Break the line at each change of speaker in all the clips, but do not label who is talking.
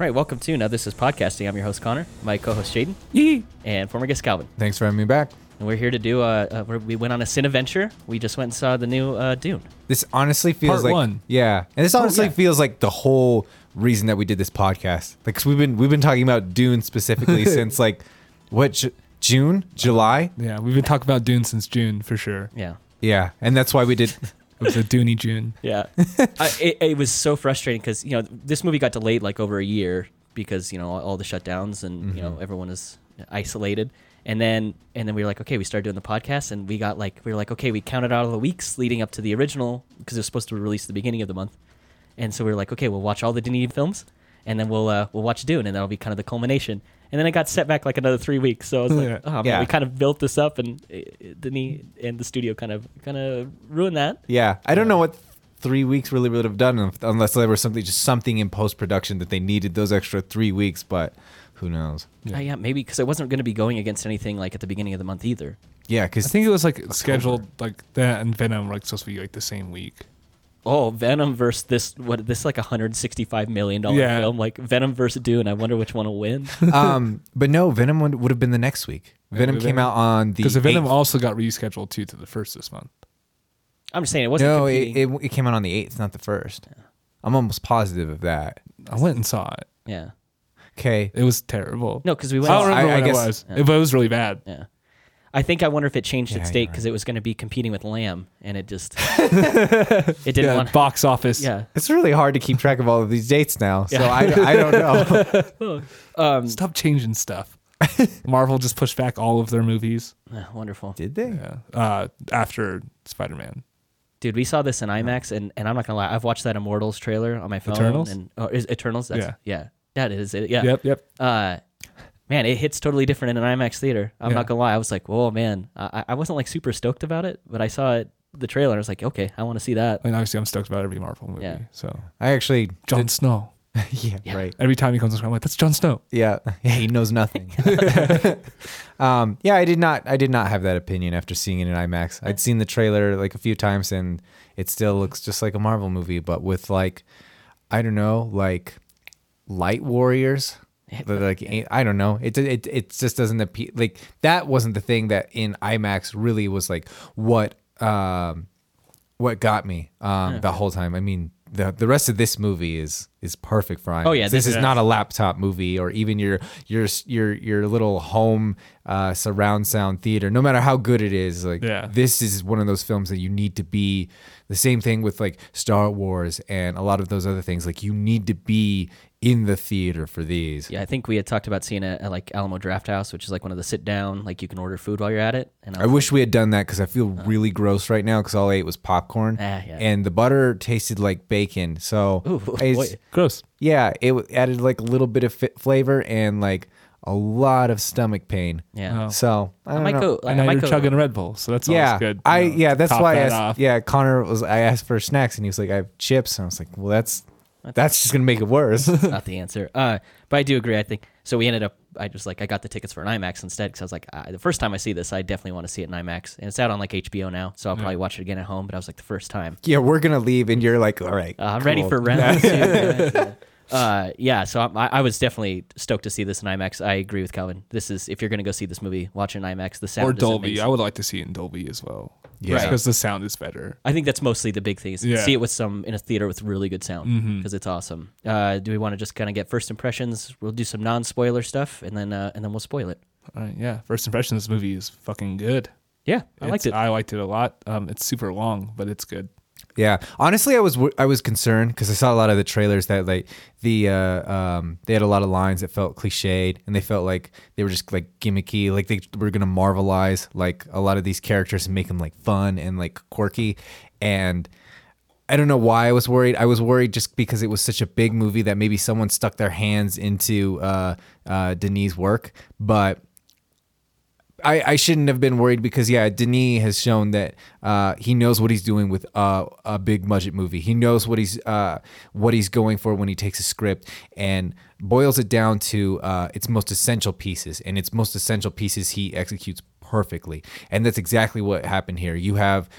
All right, welcome to Now This Is Podcasting. I'm your host, Connor, my co host, Jaden,
Yee.
and former guest, Calvin.
Thanks for having me back.
And we're here to do, uh, uh, we're- we went on a sin adventure. We just went and saw the new uh, Dune.
This honestly feels
Part
like
one. Oh,
yeah, and this honestly
yeah.
feels like the whole reason that we did this podcast. Like, we we've been we've been talking about Dune specifically since like what Ju- June, July,
Yeah, we've been talking about Dune since June for sure.
Yeah.
yeah, and that's why we did.
It was a Dooney June.
Yeah. I, it, it was so frustrating because, you know, this movie got delayed like over a year because, you know, all, all the shutdowns and, you know, everyone is isolated. And then, and then we were like, okay, we started doing the podcast and we got like, we were like, okay, we counted out all the weeks leading up to the original because it was supposed to be released at the beginning of the month. And so we were like, okay, we'll watch all the Denis films and then we'll, uh, we'll watch Dune and that'll be kind of the culmination. And then it got set back like another three weeks. So I was like, oh man,
Yeah.
we kind of built this up and uh, uh, Denis and the studio kind of, kind of ruined that.
Yeah, I don't know what three weeks really would have done if- unless there was something just something in post production that they needed those extra three weeks, but who knows?
Yeah, Uh, yeah maybe because I wasn't going to be going against anything like at the beginning of the month either.
Yeah,
I
because
think it was like scheduled like that and Venom were, like supposed to be like the same week.
Oh, Venom versus this what this like 165 million dollar
Yeah.
film like Venom versus Dune. I wonder which one will win.
um, but no, Venom would, would have been the next week. Venom
but
came
Venom-
out on the
Because the Venom
8th.
also got rescheduled too to the first this month.
I'm just saying it wasn't.
No, it,
competing.
it, it came out on the eighth, not the first. I'm almost positive of that.
I went and saw it.
yeah.
Okay,
It was terrible.
No, because we
I
went.
don't
out-
remember
I- I
what
guess-
it was. It was really bad.
yeah. I think I wonder if it changed
Yeah,
its
you're
date
right.
because it was going to be competing with Lamb, and it just it didn't
Yeah,
want.
box office.
Yeah.
it's really hard to keep track of all of these dates now, so
Yeah.
I, I don't know.
Um.
Stop changing stuff. Marvel just pushed back all of their movies.
ah, wonderful,
Did they?
Yeah. Uh, after Spider Man.
dude. We saw this in IMAX, and, and I'm not gonna lie. I've watched that Immortals trailer on my phone.
Eternals?
and oh, is Eternals. That's, yeah. Yeah. That is it. Yeah.
Yep, yep.
uh man it hits totally different in an imax theater i'm
Yeah.
not gonna lie i was like oh man I, I wasn't like super stoked about it but i saw it the trailer and i was like okay i want to see that
I mean, obviously, I'm stoked about every Marvel movie.
Yeah.
So,
I actually,
Jon Snow.
yeah,
Yeah.
right,
Every time he comes on screen, I'm like, that's Jon Snow.
yeah. yeah, he knows nothing. um, yeah, I did not, I did not have that opinion after seeing it in IMAX. I'd seen the trailer like a few times, and it still looks just like a Marvel movie, but with like, I don't know, like light warriors. That, like ain't- I don't know, it it it just doesn't appeal. Like that wasn't the thing that in IMAX really was like what um what got me um the whole time. I mean the the rest of this movie is is perfect for IMAX.
Oh, yeah,
this,
this
is
is-
not a laptop movie or even your your your your little home uh, surround sound theater. No matter how good it is, like
Yeah.
this is one of those films that you need to be the same thing with like Star Wars and a lot of those other things. Like you need to be in the theater for these.
yeah i think we had talked about seeing it at like alamo draft house which is like one of the sit down like you can order food while you're at it and
I wish we had done that because I feel really gross right now because all I ate was popcorn
Ah, yeah.
and the butter tasted like bacon. So
Ooh,
it's-
boy.
Gross.
yeah, it w- added like a little bit of fi flavor and like a lot of stomach pain.
yeah
Oh.
So I,
i
don't
might
know.
go
I
i
know
might
you're
go
chugging a Red Bull, so that's
yeah,
always good.
I
you know,
yeah, that's
top
why I
that
asked.
off.
Yeah, Connor was. I asked for snacks, and he was like, "I have chips," and I was like, "Well, that's that's just gonna make it worse."
It's not the answer. Uh, but I do agree. I think so. We ended up. I just like I got the tickets for an IMAX instead because I was like, I, the first time I see this, I definitely want to see it in IMAX, and it's out on like HBO now, so I'll probably watch it again at home. But I was like, the first time,
yeah, we're gonna leave, and you're like, "All right,
uh, I'm ready
cool."
for round two. Yeah. Uh, yeah, so I'm- I, I was definitely stoked to see this in IMAX. I agree with Calvin. This is if you're gonna go see this movie, watch it in IMAX. The sound
or
is
Dolby.
amazing.
I would like to see it in Dolby as well.
Yeah.
Yeah, because the sound is better.
I think that's mostly the big thing. Is
Yeah. Mm-hmm.
See it with some in a theater with really good sound because it's awesome. Uh, do we want to just kind of get first impressions? We'll do some non-spoiler stuff and then uh, and then we'll spoil it.
All right, yeah. First impression, this movie is fucking good.
Yeah, I
It's-
liked it.
I liked it a lot. Um, it's super long, but it's good.
Yeah, honestly, I was wor- I was concerned because I saw a lot of the trailers that like the uh, um, they had a lot of lines that felt cliched and they felt like they were just like gimmicky, like they were gonna marvelize like a lot of these characters and make them like fun and like quirky, and I don't know why I was worried. I was worried just because it was such a big movie that maybe someone stuck their hands into uh, uh, Denis' work, but I, I shouldn't have been worried because yeah, Denis has shown that uh, he knows what he's doing with uh, a big budget movie. He knows what he's uh, what he's going for when he takes a script and boils it down to uh, its most essential pieces. And its most essential pieces he executes perfectly. And that's exactly what happened here. You have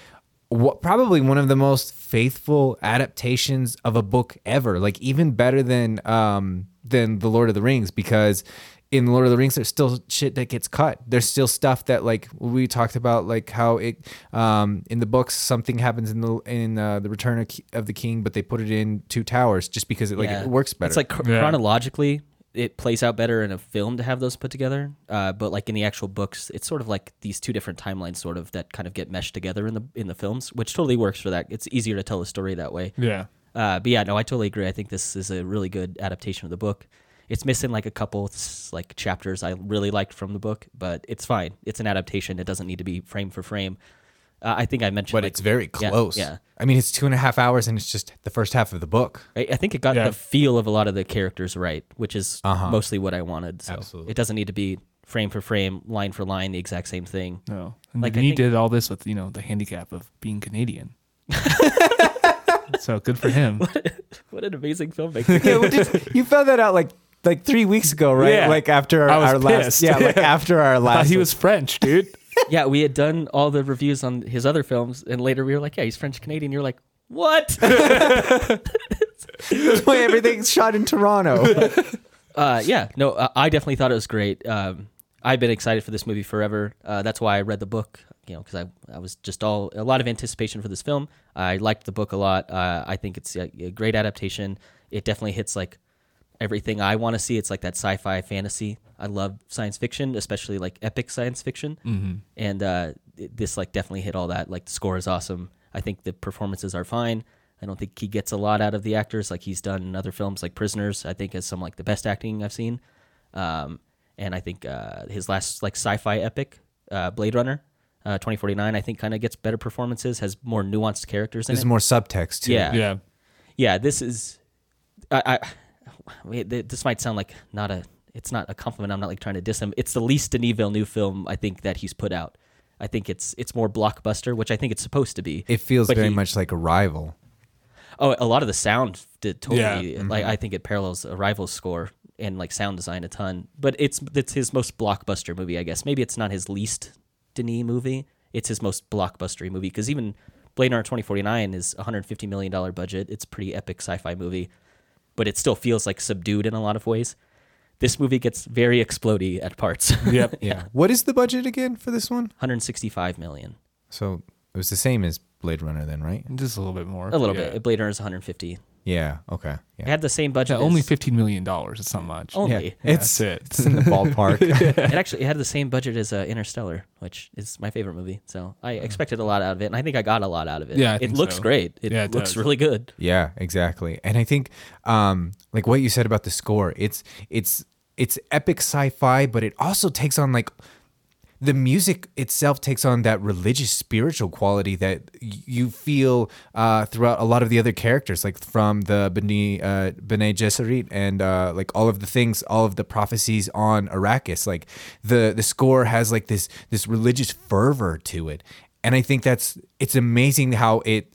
what probably one of the most faithful adaptations of a book ever. Like even better than um, than the Lord of the Rings because in Lord of the Rings, there's still shit that gets cut. There's still stuff that like we talked about, like how it um, in the books something happens in the in uh, the Return of, Ki- of the King, but they put it in Two Towers just because it like
Yeah.
it works better.
It's like cr-
Yeah.
chronologically, it plays out better in a film to have those put together. Uh, but like in the actual books, it's sort of like these two different timelines, sort of that kind of get meshed together in the in the films, which totally works for that. It's easier to tell a story that way.
Yeah.
Uh, but yeah, no, I totally agree. I think this is a really good adaptation of the book. It's missing like a couple s- like chapters I really liked from the book, but it's fine. It's an adaptation. It doesn't need to be frame for frame. Uh, I think I mentioned,
but
like,
it's very
yeah,
close.
Yeah,
I mean, it's two and a half hours, and it's just the first half of the book.
I, I think it got
Yeah.
the feel of a lot of the characters right, which is mostly what I wanted. So
Absolutely.
it doesn't need to be frame for frame, line for line, the exact same thing.
No. And
Like,
like
I
he
think-
did all this with you know the handicap of being Canadian. so good for him.
What an amazing filmmaker!
yeah, we just, you found that out like like three weeks ago, right?
Yeah.
Like after our,
I was
our last,
pissed.
yeah, like after our
Thought
last.
he was French, dude.
yeah, we had done all the reviews on his other films, and later we were like, "Yeah, he's French Canadian." You're like, "What?"
Wait, everything's shot in Toronto.
uh, yeah, no, uh, I definitely thought it was great. Um, I've been excited for this movie forever. Uh, that's why I read the book, you know, because I, I was just all a lot of anticipation for this film. I liked the book a lot. Uh, I think it's a, a great adaptation. It definitely hits like everything I want to see. It's like that sci-fi fantasy. I love science fiction, especially like epic science fiction. Mm-hmm. And uh, it- this like definitely hit all that. Like the score is awesome. I think the performances are fine. I don't think he gets a lot out of the actors like he's done in other films like Prisoners. I think has some like the best acting I've seen. Um, and I think uh, his last like sci-fi epic, uh, Blade Runner, uh, 2049, I think kind of gets better performances, has more nuanced characters in
There's
it.
more subtext too.
yeah,
yeah.
yeah, this is. I, I wait, th- this might sound like not a. It's not a compliment. I'm not like trying to diss him. It's the least Denis Villeneuve film I think that he's put out. I think it's it's more blockbuster, which I think it's supposed to be.
it feels
But
very
he-
much like Arrival.
Oh, a lot of the sound did totally.
Yeah. mm-hmm.
Like I think it parallels Arrival's score and like sound design a ton. But it's it's his most blockbuster movie, I guess. Maybe it's not his least Denis movie. It's his most blockbuster movie because even Blade Runner 2049 is a 150 million dollar budget. It's a pretty epic sci-fi movie, but it still feels like subdued in a lot of ways. This movie gets very explodey at parts.
Yep.
Yeah. What is the budget again for this one?
165 million.
So it was the same as Blade Runner, then, right?
Just a little bit more.
A little
Yeah.
bit. Blade Runner is 150.
Yeah. Okay.
It
Yeah.
had the same budget.
Yeah, only
as-
fifteen million dollars. It's not much.
Only.
Yeah. It's
That's it.
it's in the ballpark.
it actually had the same budget as uh, Interstellar, which is my favorite movie. So I expected a lot out of it, and I think I got a lot out of it.
Uh-huh. Yeah, I
it
think
looks
so.
great. It,
Yeah, it
looks
does.
really good.
yeah. Exactly. And I think, um, like what you said about the score, it's it's it's epic sci-fi, but it also takes on like the music itself takes on that religious spiritual quality that y- you feel uh, throughout a lot of the other characters like from the Bene, uh, Bene Gesserit and uh, like all of the things all of the prophecies on Arrakis like the the score has like this this religious fervor to it and I think that's it's amazing how it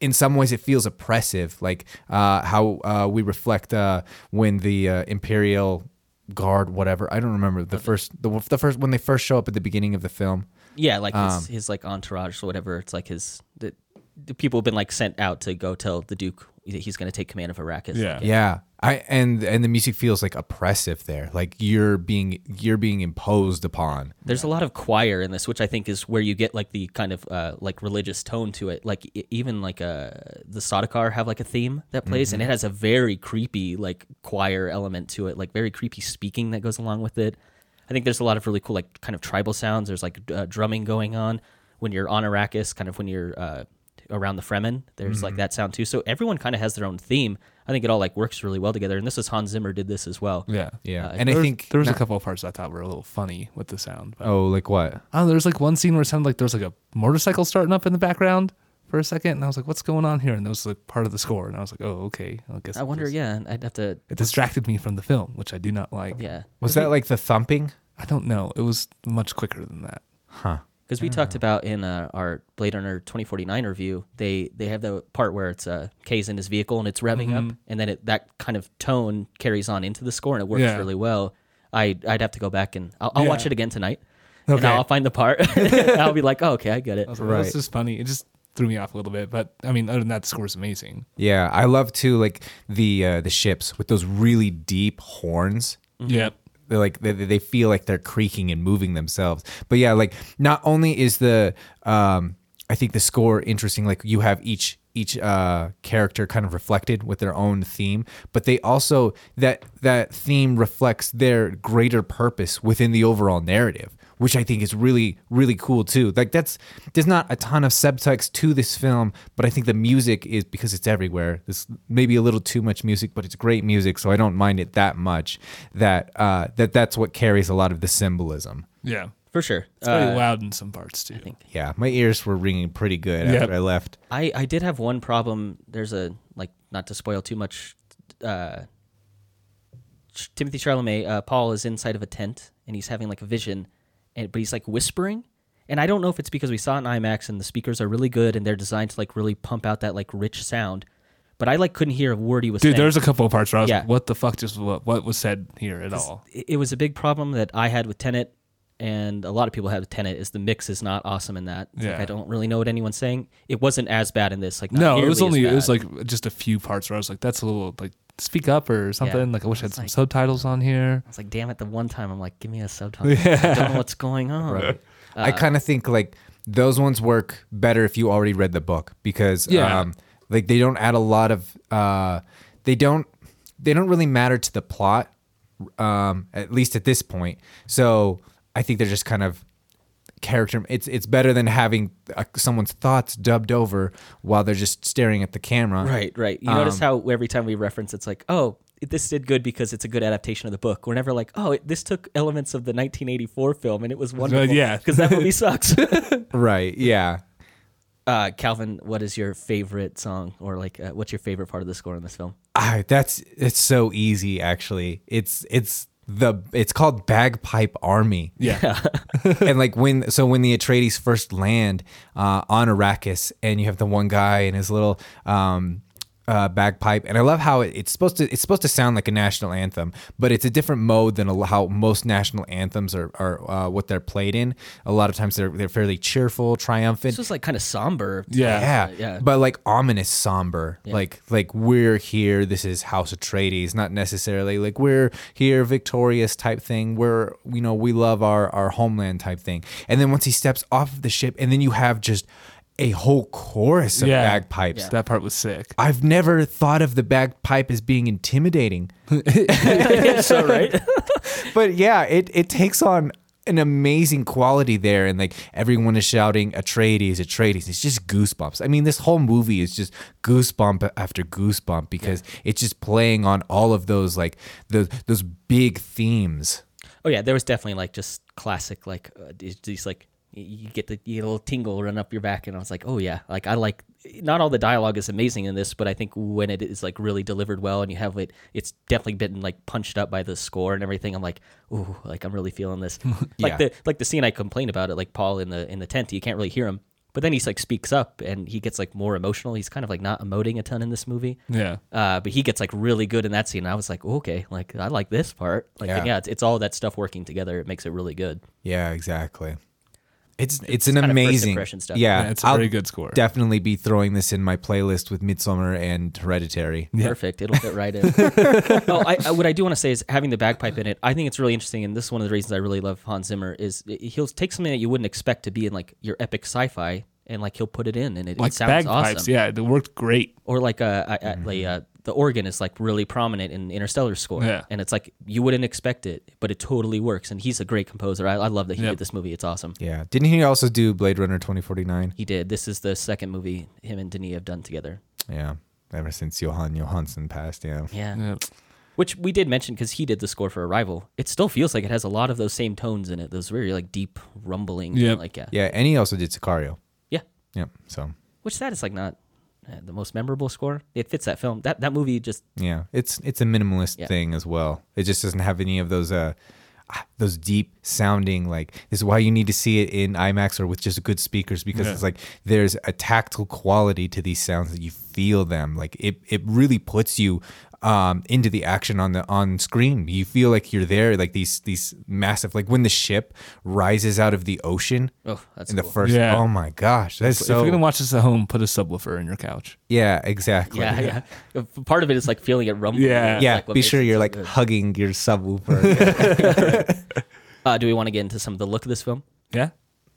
in some ways it feels oppressive like uh, how uh, we reflect uh, when the uh, imperial guard whatever i don't remember the first the, the first when they first show up at the beginning of the film
Yeah, like
Um,
his, his like entourage or whatever. It's like his the, the people have been like sent out to go tell the Duke that he's going to take command of Arrakis.
Yeah.
yeah i and and the music feels like oppressive there like you're being you're being imposed upon
There's a lot of choir in this, which I think is where you get like the kind of uh, like religious tone to it. Like e- even like uh, the Sadakar have like a theme that plays, and it has a very creepy like choir element to it, like very creepy speaking that goes along with it. I think there's a lot of really cool like kind of tribal sounds. There's like uh, drumming going on when you're on Arrakis, kind of when you're uh, around the Fremen. There's like that sound too. So everyone kind of has their own theme. I think it all like works really well together. And this is Hans Zimmer did this as well.
Yeah.
yeah
Uh,
and
There
i
was-
think
there was a couple of parts I thought were a little funny with the sound. But
oh like what
oh, there's like one scene where it sounded like there was like a motorcycle starting up in the background for a second, and I was like, "What's going on here?" And that was like part of the score, and I was like, "Oh, okay." I guess
I wonder.
It, was-
Yeah, I'd have to.
it distracted me from the film, which I do not like.
Yeah.
was that like the thumping
I don't know. It was much quicker than that.
huh
Because we talked about in uh, our Blade Runner 2049 review, they they have the part where it's uh, K's in his vehicle and it's revving
Mm-hmm.
up, and then it, that kind of tone carries on into the score and it works
Yeah.
really well. I I'd have to go back and I'll, I'll watch
Yeah.
it again tonight.
Okay.
And I'll find the part. I'll be like, oh, okay, I get it.
I was like, oh,
Right.
This is funny. It just threw me off a little bit. But I mean, other than that, the score is amazing.
Yeah, I love too like the uh, the ships with those really deep horns.
Yeah.
They're like they, they feel like they're creaking and moving themselves. But yeah, like not only is the um, I think the score interesting. Like you have each each uh, character kind of reflected with their own theme, but they also that that theme reflects their greater purpose within the overall narrative which I think is really, really cool too. Like that's there's not a ton of subtext to this film, but I think the music is because it's everywhere. There's maybe a little too much music, but it's great music, so I don't mind it that much. That uh, that that's what carries a lot of the symbolism.
Yeah.
for sure.
It's very
Uh,
loud in some parts too. I think.
Yeah, my ears were ringing pretty good
Yep.
after I left.
I I did have one problem. There's a like not to spoil too much. Uh, Ch- Timothy Chalamet, uh, Paul is inside of a tent and he's having like a vision, and but he's like whispering. And I don't know if it's because we saw it in IMAX and the speakers are really good and they're designed to like really pump out that like rich sound, but I like couldn't hear a word he was
Dude,
saying.
there's a couple of parts where I was
Yeah.
like, what the fuck just what, what was said here at all?
it it was a big problem that I had with Tenet, and a lot of people have with Tenet. Is the mix is not awesome in that? It's like,
Yeah.
I don't really know what anyone's saying. It wasn't as bad in this. Like not
No, it
nearly
was
as
only it
bad.
was like just a few parts where I was like, that's a little like speak up or something. Like I wish I had
It's
some
like-
subtitles on here.
I was like, damn it, the one time I'm like, give me a subtitle. I don't know what's going on.
I kind of think like those ones work better if you already read the book because
Yeah.
um, like they don't add a lot of uh, they don't they don't really matter to the plot um, at least at this point. So I think they're just kind of character. It's it's better than having uh, someone's thoughts dubbed over while they're just staring at the camera.
Right, right. You
Um,
notice how every time we reference, it's like, oh, it- this did good because it's a good adaptation of the book. We're never like, oh, it, this took elements of the 1984 film and it was wonderful.
yeah.
because that movie sucks.
Right. Yeah.
uh, Calvin, what is your favorite song or like, uh, what's your favorite part of the score in this film?
Ah, that's it's so easy actually. It's it's the it's called Bagpipe Army.
Yeah.
and like when so when the Atreides first land uh, on Arrakis, and you have the one guy and his little um, uh, bagpipe, and I love how it, it's supposed to it's supposed to sound like a national anthem, but it's a different mode than a, how most national anthems are are uh, what they're played in. A lot of times they're they're fairly cheerful, triumphant.
This was like kind of somber.
Yeah.
Yeah,
yeah.
but like ominous, somber, like like we're here. This is House Atreides, not necessarily like we're here victorious type thing. We're you know we love our our homeland type thing. And then once he steps off of the ship, and then you have just a whole chorus of
Yeah.
bagpipes.
That part was sick.
I've never thought of the bagpipe as being intimidating,
so, right?
but yeah, it it takes on. An amazing quality there, and like everyone is shouting Atreides, Atreides. It's just goosebumps. I mean, this whole movie is just goosebump after goosebump because it's just playing on all of those like those those big themes.
Oh yeah, there was definitely like just classic like uh, these, these like y- you get the you get a little tingle run up your back, and I was like, oh yeah, like I like not all the dialogue is amazing in this, but I think when it is like really delivered well, and you have it, it's definitely been like punched up by the score and everything. I'm like, ooh, like I'm really feeling this.
Yeah.
Like the like the scene I complained about it, like Paul in the in the tent, you can't really hear him. But then he's like speaks up and he gets like more emotional. He's kind of like not emoting a ton in this movie.
Yeah.
Uh, but he gets like really good in that scene. And I was like, okay, like I like this part. Like
Yeah.
yeah, it's, it's all that stuff working together. It makes it really good.
Yeah, exactly. It's it's, an
kind of first
amazing
impression stuff.
Yeah,
Yeah, it's a
I'll
very good score.
Definitely be throwing this in my playlist with Midsummer and Hereditary.
Perfect. It'll fit right in. oh, I, I, what I do want to say is having the bagpipe in it. I think it's really interesting, and this is one of the reasons I really love Hans Zimmer is he'll take something that you wouldn't expect to be in like your epic sci-fi, and like he'll put it in, and it,
Like
it sounds
bagpipes.
awesome.
Yeah. Mm-hmm. It worked great.
Or like uh, I, I, like, uh, the organ is like really prominent in Interstellar score,
Yeah.
and it's like you wouldn't expect it, but it totally works. And he's a great composer. I, I love that he
Yeah.
did this movie. It's awesome.
Yeah, didn't he also do Blade Runner twenty forty nine?
He did. This is the second movie him and Denis have done together.
Yeah, ever since Johan Johansson passed. Yeah,
Yeah.
Yeah.
Which we did mention because he did the score for Arrival. It still feels like it has a lot of those same tones in it. Those very like deep rumbling.
Yeah.
Like yeah.
yeah, and he also did Sicario.
Yeah.
Yep. So
Which that is like not uh, the most memorable score. It fits that film. That that movie just
yeah, it's it's a minimalist
Yeah.
thing as well. It just doesn't have any of those uh ah, those deep sounding like this is why you need to see it in IMAX or with just good speakers because
Yeah.
it's like there's a tactile quality to these sounds that you feel them like it it really puts you um, into the action on the on screen. You feel like you're there, like these these massive, like when the ship rises out of the ocean.
Oh, that's
in the
cool.
first.
Yeah.
Oh my gosh, that's
if you're
so.
gonna watch this at home, put a subwoofer in your couch.
yeah, exactly.
Yeah, yeah. If- Part of it is like feeling it rumble.
Yeah.
That's,
Yeah,
like, what
be
makes
sure
it
you're
so
like
good.
hugging your subwoofer.
Uh, do we want to get into some of the look of this film?
Yeah,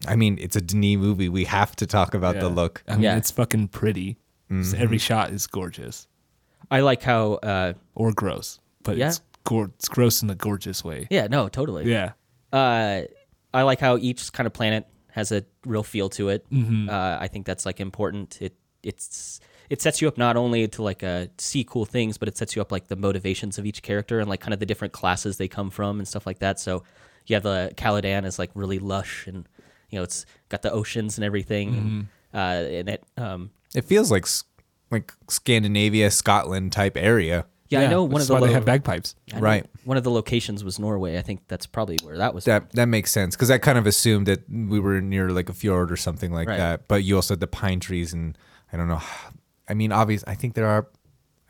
I mean, it's a Denis movie. We have to talk about the
Yeah.
look.
I mean,
Yeah.
it's fucking pretty. Just Every shot is gorgeous
I like how. Uh,
or gross, but
Yeah.
it's, gor- it's gross in a gorgeous way.
yeah, no, totally.
Yeah,
uh, I like how each kind of planet has a real feel to it.
Mm-hmm.
Uh, I think that's like important. It it's it sets you up not only to like uh, see cool things, but it sets you up like the motivations of each character and like kind of the different classes they come from and stuff like that. So yeah, the Caladan is like really lush and you know it's got the oceans and everything.
Mm-hmm.
And, uh, and it um,
It feels like s- like Scandinavia, Scotland type area.
yeah, I know one
that's
of the
why they
lo-
have bagpipes.
I know
Right.
one of the locations was Norway. I think that's probably where that was.
That that makes sense because I kind of assumed that we were near like a fjord or something like
Right.
that. But you also had the pine trees and I don't know. I mean, obvious. I think there are.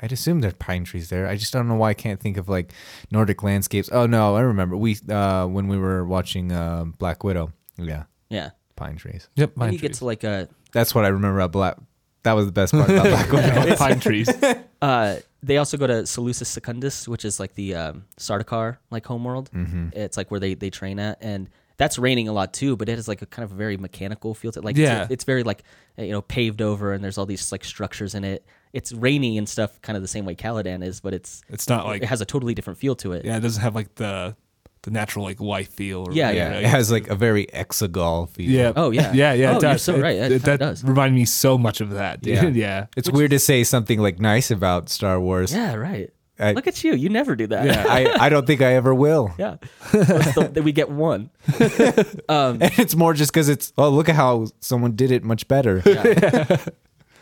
I'd assume there are pine trees there. I just don't know why I can't think of like Nordic landscapes. Oh no, I remember we uh, when we were watching uh, Black Widow. Yeah,
yeah,
pine trees.
Yep,
and
pine
you get
trees.
to like uh, a
That's what I remember about Black. That was the best part about Black Widow.
pine trees.
Uh, they also go to Seleucus Secundus, which is like the um, Sardaukar like homeworld. Mm-hmm. It's like where they, they train at, and that's raining a lot too. But it is like a kind of very mechanical feel to it. Like
Yeah.
it's, it's very like uh, you know paved over, and there's all these like structures in it. It's rainy and stuff, kind of the same way Caladan is, but it's
It's not like
it has a totally different feel to it.
yeah, it doesn't have like the the natural like white feel. Or
Yeah,
Yeah,
whatever.
it has like a very exogol feel.
Yeah.
Oh, yeah.
Yeah, yeah. It
Oh,
does.
you're so
It-
right. It
It,
kinda
that
does.
reminded me so much of that. Dude.
Yeah.
Yeah.
It's weird to say something like nice about Star Wars.
Yeah, right.
I-
Look at you. You never do that.
Yeah.
I, I don't think I ever will.
yeah. What's the- that we get one.
And it's more just because it's, oh, look at how someone did it much better.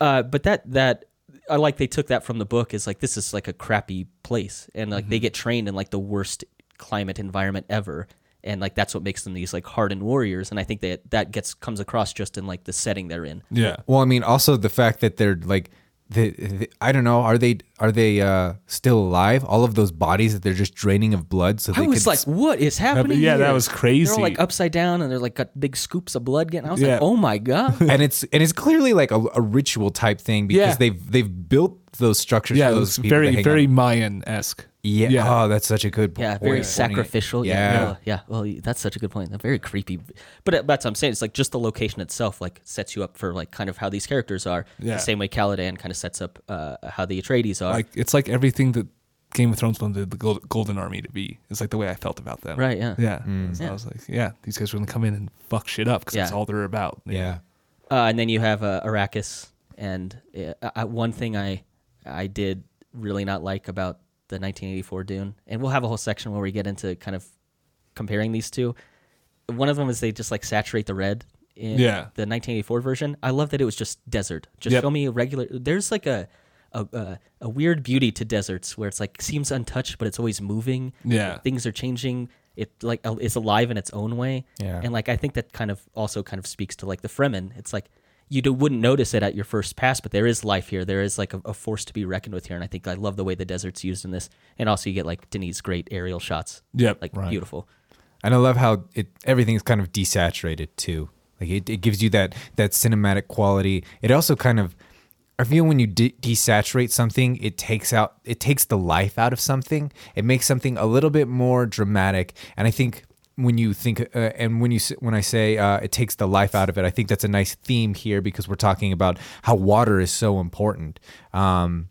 Uh, but that that I like they took that from the book is like this is like a crappy place and like
Mm-hmm.
they get trained in like the worst climate environment ever and like that's what makes them these like hardened warriors and I think that that gets comes across just in like the setting they're in.
Yeah.
Well, I mean, also the fact that they're like, the, the, I don't know, are they are they uh, still alive? All of those bodies that they're just draining of blood, so they
I was
could
like, what is happening?
yeah, that
here?"
was
They're all,
crazy.
like upside down, and they're like got big scoops of blood getting. I was
Yeah.
like, oh my god,
and it's and it's clearly like a, a ritual type thing because
Yeah.
they've they've built those structures.
Yeah.
for
It
those
was
people to
very
hang
very
on.
Mayan esque.
Yeah.
Yeah.
Oh, that's such a good.
yeah,
point.
very
Pointing it.
sacrificial.
Yeah.
yeah, yeah. Well, that's such a good point. They're very creepy, but uh, that's what I'm saying. It's like just the location itself, like sets you up for like kind of how these characters are.
Yeah.
The same way Caladan kind of sets up uh, how the Atreides are.
Like it's like everything that Game of Thrones wanted the gold, Golden Army to be. It's like the way I felt about them.
Right, yeah. Mm.
Yeah. So
Yeah.
I was like, yeah, these guys are gonna come in and fuck shit up because that's
Yeah.
all they're about.
Yeah.
uh, and then you have uh, Arrakis, and uh, I, one thing I I did really not like about the 1984 Dune, and we'll have a whole section where we get into kind of comparing these two. One of them is they just like saturate the red in
Yeah.
the 1984 version. I love that it was just desert. Just
Yep.
show me a regular. There's like a. A, a, a weird beauty to deserts where it's like seems untouched but it's always moving
Yeah.
things are changing it like al- is alive in its own way
Yeah.
and like i think that kind of also kind of speaks to like the fremen it's like you do, wouldn't notice it at your first pass but there is life here there is like a, a force to be reckoned with here and i think i love the way the desert's used in this and also you get like denise great aerial shots
Yep.
like
Right.
beautiful
And I love how it everything's kind of desaturated too. Like it, it gives you that that cinematic quality. It also kind of I feel when you de- desaturate something, it takes out it takes the life out of something. It makes something a little bit more dramatic. And I think when you think uh, and when you s- when I say uh, it takes the life out of it, I think that's a nice theme here because we're talking about how water is so important. Um,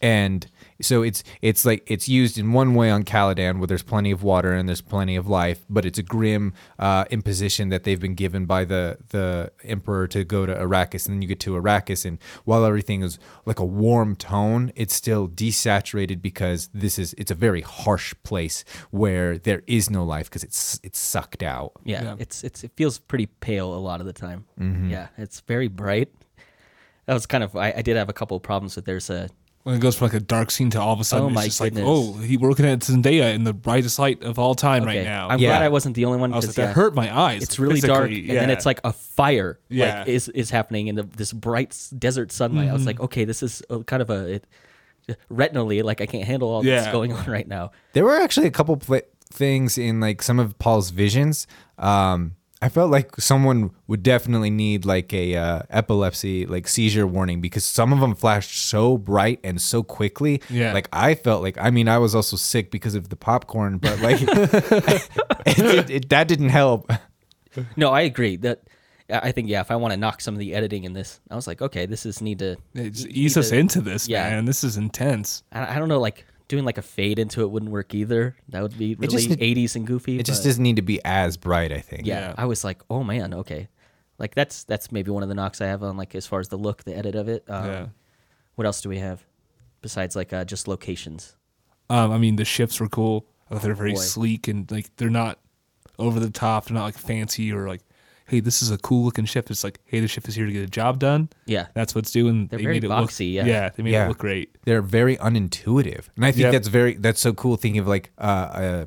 and so it's it's like it's used in one way on Caladan where there's plenty of water and there's plenty of life, but it's a grim uh, imposition that they've been given by the the emperor to go to Arrakis, and then you get to Arrakis, and while everything is like a warm tone, it's still desaturated because this is it's a very harsh place where there is no life because it's it's sucked out.
yeah,
Yeah. Mm-hmm.
it's it's it feels pretty pale a lot of the time yeah it's very bright that was kind of I, I did have a couple of problems with there's a
When it goes from like a dark scene to all of a sudden
Oh
it's
my
just
goodness.
like, oh, he, we're looking at Zendaya in the brightest light of all time
okay,
right now.
i'm
Yeah.
glad i wasn't the only one
I was like,
'cause,
that
yeah.
hurt my eyes.
it's really dark
physically.
and then
Yeah.
it's like a fire
Yeah.
Mm-hmm.
like is is happening in the, this bright s- desert sunlight i was like okay this is a, kind uh, of a it, retinally like I can't handle all
Yeah.
that's going on right now.
There were actually a couple pla things in like some of Paul's visions. Um, I felt like someone would definitely need like a uh, epilepsy like seizure warning because some of them flashed so bright and so quickly.
Yeah.
Like I felt like I mean I was also sick because of the popcorn, but like it- it- it- that didn't help.
No, I agree that I I think yeah, if I want to knock some of the editing in this, I was like, okay, this is need to
It just ease us into this,
yeah.
man. This is intense.
I I don't know like doing like a fade into it wouldn't work either. That would be really
just-
80s and goofy.
It just
but-
doesn't need to be as bright. I think.
yeah,
Yeah.
I was like, oh man, okay, like that's that's maybe one of the knocks I have on like as far as the look, the edit of it. Um,
Yeah.
What else do we have besides like uh, just locations?
Um, I mean, the ships were cool. I thought they're very
Boy.
sleek and like they're not over the top. They're not like fancy or like, hey, this is a cool looking ship. It's like, hey, the ship is here to get a job done.
Yeah.
that's what's doing.
They're very boxy,
Look,
yeah.
they made
Yeah.
it look great.
they're very unintuitive and i think
Yep.
that's very that's so cool thinking of like uh, a,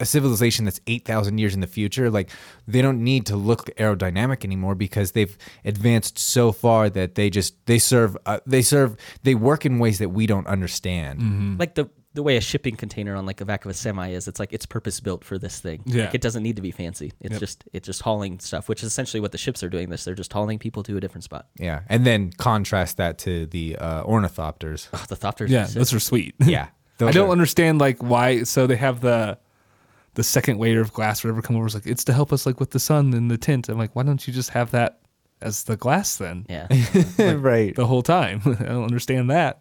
a civilization that's 8000 years in the future like they don't need to look aerodynamic anymore because they've advanced so far that they just they serve uh, they serve they work in ways that we don't understand
Mm-hmm. Mm.
Like the the way a shipping container on like the back of a semi is, it's like it's purpose built for this thing.
Yeah.
Like, it doesn't need to be fancy. It's
Yep.
just it's just hauling stuff, which is essentially what the ships are doing. This they're just hauling people to a different spot.
yeah and then contrast that to the uh, ornithopters
Oh, the Thopters.
Yeah,
are sick.
those are sweet.
yeah
I
Those
don't
are-
understand like why. So they have the the second layer of glass, whatever, come over. It's like it's to help us like with the sun and the tint. I'm like, why don't you just have that as the glass then
yeah.
right
the whole time? I don't understand that.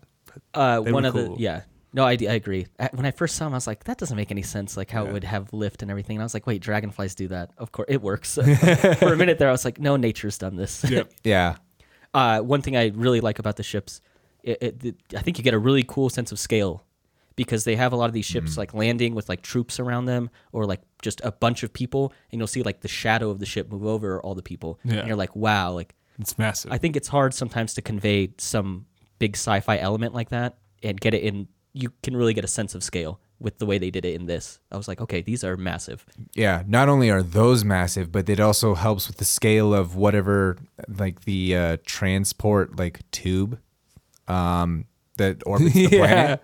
Uh,
They
one
were
of the
cool.
yeah. No, I, I agree. I, when I first saw him, I was like, that doesn't make any sense. Like how it would have lift and everything. And I was like, wait, dragonflies do that. Of course, it works. For a minute there, I was like, no, nature's done this.
Yep.
yeah
uh, one thing I really like about the ships, it, it, the- I think you get a really cool sense of scale because they have a lot of these
Mm-hmm.
ships like landing with like troops around them or like just a bunch of people, and you'll see like the shadow of the ship move over all the people,
Yeah.
and you're like, wow, like
It's massive.
I think it's hard sometimes to convey some big sci-fi element like that and get it in. You can really get a sense of scale with the way they did it in this. I was like, okay, these are massive.
Yeah, not only are those massive, but it also helps with the scale of whatever, like the uh, transport like tube, um, that orbits the
yeah,
planet.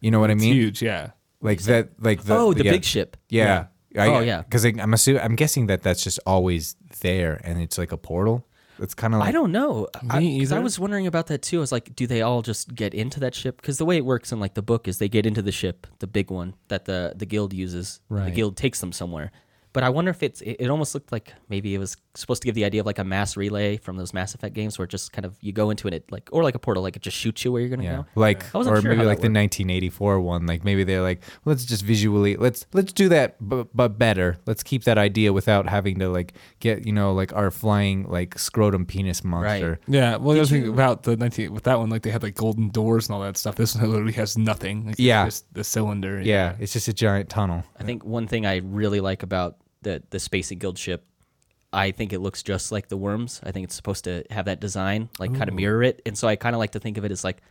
You know what I
it's
mean?
huge. Yeah,
Like that, like the
oh, the
yeah.
big ship.
Yeah.
Oh, yeah.
Because I'm assuming I'm guessing that that's just always there, and it's like a portal. It's kind of like
I don't know. I,
Me
'cause I
either.
was wondering about that too. I was like, do they all just get into that ship? Because the way it works in like the book is they get into the ship, the big one that the the guild uses. The
Right.
guild takes them somewhere. But I wonder if it's. It, it almost looked like maybe it was supposed to give the idea of like a mass relay from those Mass Effect games, where it just kind of you go into it, it like or like a portal, like it just shoots you where you're gonna
Yeah.
go.
Like
I wasn't
or
sure
maybe
how
like the
that worked.
1984 one. Like maybe they're like, let's just visually let's let's do that, but but better. Let's keep that idea without having to like get you know like our flying like scrotum penis monster.
yeah. Well, the other thing about the nineteen with that one, like they had like golden doors and all that stuff. This one literally has nothing. Like, it's
Yeah.
just the cylinder.
Yeah, it's just a giant tunnel.
I think one thing I really like about the the Spacey Guild ship, I think it looks just like the worms. I think it's supposed to have that design, like kind of mirror it. And so I kind of like to think of it as like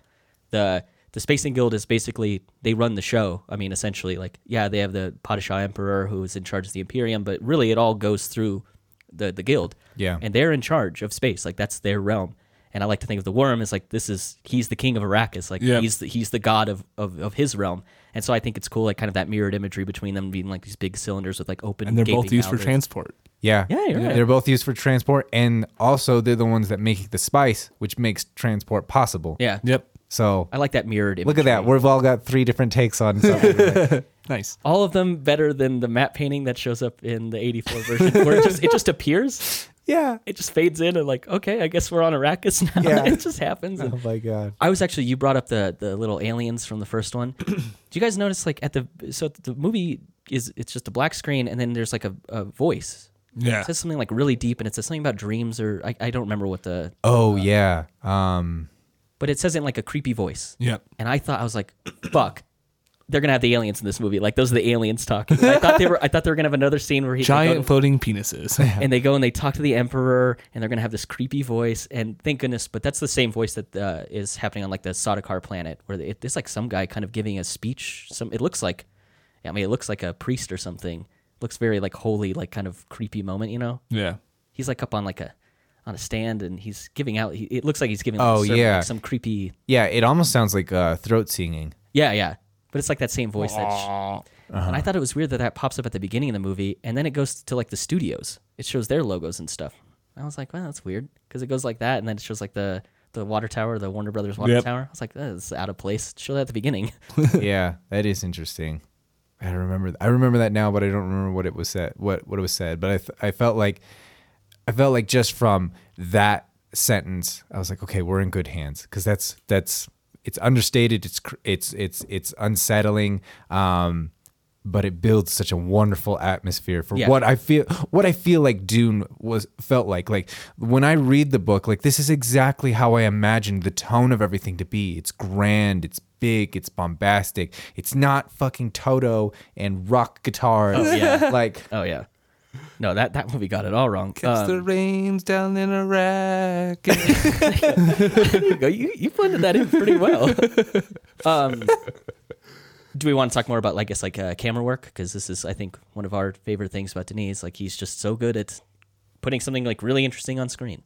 the the Spacing Guild is basically they run the show. I mean, essentially, like yeah, they have the Padishah Emperor who is in charge of the Imperium, but really it all goes through the the guild.
Yeah.
and they're in charge of space. Like that's their realm. And I like to think of the worm as like this is he's the king of Arrakis. Like
Yeah.
he's he's the, he's the god of, of, of his realm. And so I think it's cool, like kind of that mirrored imagery between them being like these big cylinders with like open
and they're both
gaping
used
mouths.
for transport.
Yeah,
Yeah, you're right.
they're both used for transport, and also they're the ones that make the spice, which makes transport possible.
Yeah,
Yep.
So
I like that mirrored. Imagery.
look at that. We've all got three different takes on something.
Nice.
all of them better than the map painting that shows up in the '84 version, where it just it just appears,
yeah.
it just fades in, and like okay, I guess we're on Arrakis now.
Yeah.
it just happens. And
Oh my god.
I was actually you brought up the the little aliens from the first one. Do you guys notice like at the so the movie is it's just a black screen and then there's like a, a voice.
Yeah.
It says something like really deep and it says something about dreams or I, I don't remember what the
Oh yeah. Um.
but it says it in like a creepy voice.
Yep.
And I thought I was like, fuck. They're gonna have the aliens in this movie. Like those are the aliens talking. I thought they were I thought they were gonna have another scene where he they go
Giant
to-
floating penises.
and they go and they talk to the emperor and they're gonna have this creepy voice and thank goodness but that's the same voice that uh, is happening on like the Sadakar planet where it, it's like some guy kind of giving a speech some it looks like I mean it looks like a priest or something looks very like holy like kind of creepy moment you know
yeah.
he's like up on like a on a stand and he's giving out. He, it looks like he's giving.
Oh,
like, sort of
yeah.
like some creepy.
Yeah, it almost sounds like uh, throat singing.
Yeah, yeah. But it's like that same voice that. Sh-
Aw.
And I thought it was weird that that pops up at the beginning of the movie, and then it goes to like the studios. It shows their logos and stuff. And I was like, well, that's weird because it goes like that, and then it shows like the the water tower, the Warner Brothers water
Yep.
tower. I was like, that's out of place. Show that at the beginning.
yeah, that is interesting. I remember. I remember that now, but I don't remember what it was said. What what it was said. But I th- I felt like I felt like just from that sentence, I was like, okay, we're in good hands because that's that's it's understated. It's cr- it's it's it's unsettling. Um, but it builds such a wonderful atmosphere for
Yeah.
what I feel what I feel like Dune was felt like. Like when I read the book, like this is exactly how I imagined the tone of everything to be. It's grand. It's big it's bombastic it's not fucking toto and rock guitars
yeah.
like
oh yeah. No, that that movie got it all wrong.
Catch
Um,
the rains down in a racket.
There you go. You you blended that in pretty well. Um, do we want to talk more about, like, I guess, like uh, camera work? Because this is, I think, one of our favorite things about Denise. Like, he's just so good at putting something like really interesting on screen.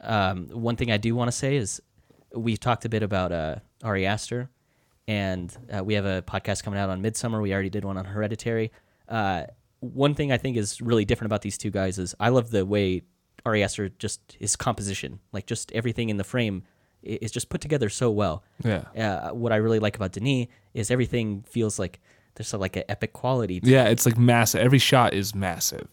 Um, one thing I do want to say is we talked a bit about uh, Ari Aster, and uh, we have a podcast coming out on Midsummer. We already did one on Hereditary. Uh, one thing I think is really different about these two guys is I love the way Ari Aster just his composition, like just everything in the frame, i- is just put together so well.
Yeah.
Uh, what I really like about Denis is everything feels like there's a, like an epic quality
yeah, it's like massive. Every shot is massive.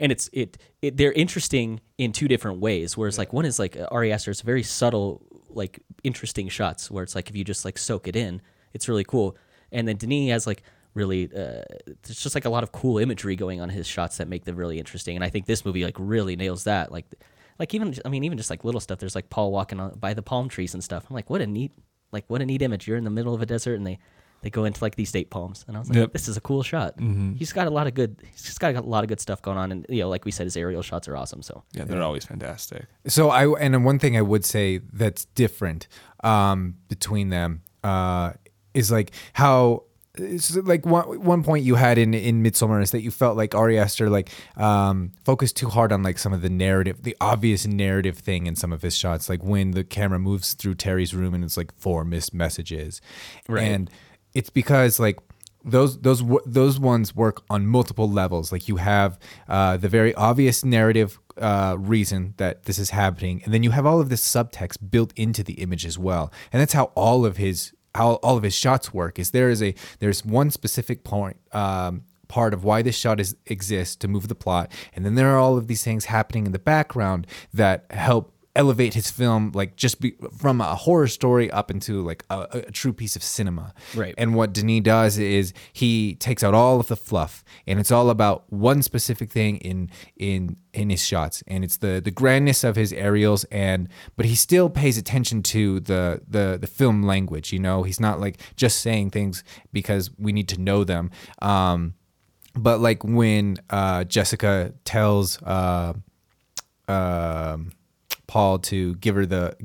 and it's it, it they're interesting in two different ways. Whereas like one is like uh, Ari Aster's very subtle, like interesting shots where it's like if you just like soak it in, it's really cool. And then Denis has like really uh, there's just like a lot of cool imagery going on in his shots that make them really interesting. And I think this movie like really nails that. Like like even I mean even just like little stuff. There's like Paul walking on, by the palm trees and stuff. I'm like what a neat like what a neat image. You're in the middle of a desert and they. They go into like these date palms, and I was like,
Yep. Mm-hmm.
"This is a cool shot." He's got a lot of good. He's just got a lot of good stuff going on, and you know, like we said, his aerial shots are awesome. So
Yeah, they're always fantastic.
So I and then one thing I would say that's different um, between them uh, is like how it's like one one point you had in in Midsummer is that you felt like Ari Aster like um, focused too hard on like some of the narrative, the obvious narrative thing in some of his shots, like when the camera moves through Terry's room and it's like four missed messages,
Right.
and it's because like those those wo- those ones work on multiple levels. Like you have uh, the very obvious narrative uh, reason that this is happening, and then you have all of this subtext built into the image as well. And that's how all of his how all of his shots work. Is there is a there's one specific point. Um, part of why this shot is exists to move the plot and then there are all of these things happening in the background that help elevate his film like just be, from a horror story up into like a, a true piece of cinema
Right.
and what denis does is he takes out all of the fluff and it's all about one specific thing in in in his shots and it's the the grandness of his aerials and but he still pays attention to the the the film language you know he's not like just saying things because we need to know them um but like when uh jessica tells uh um, Paul to give her the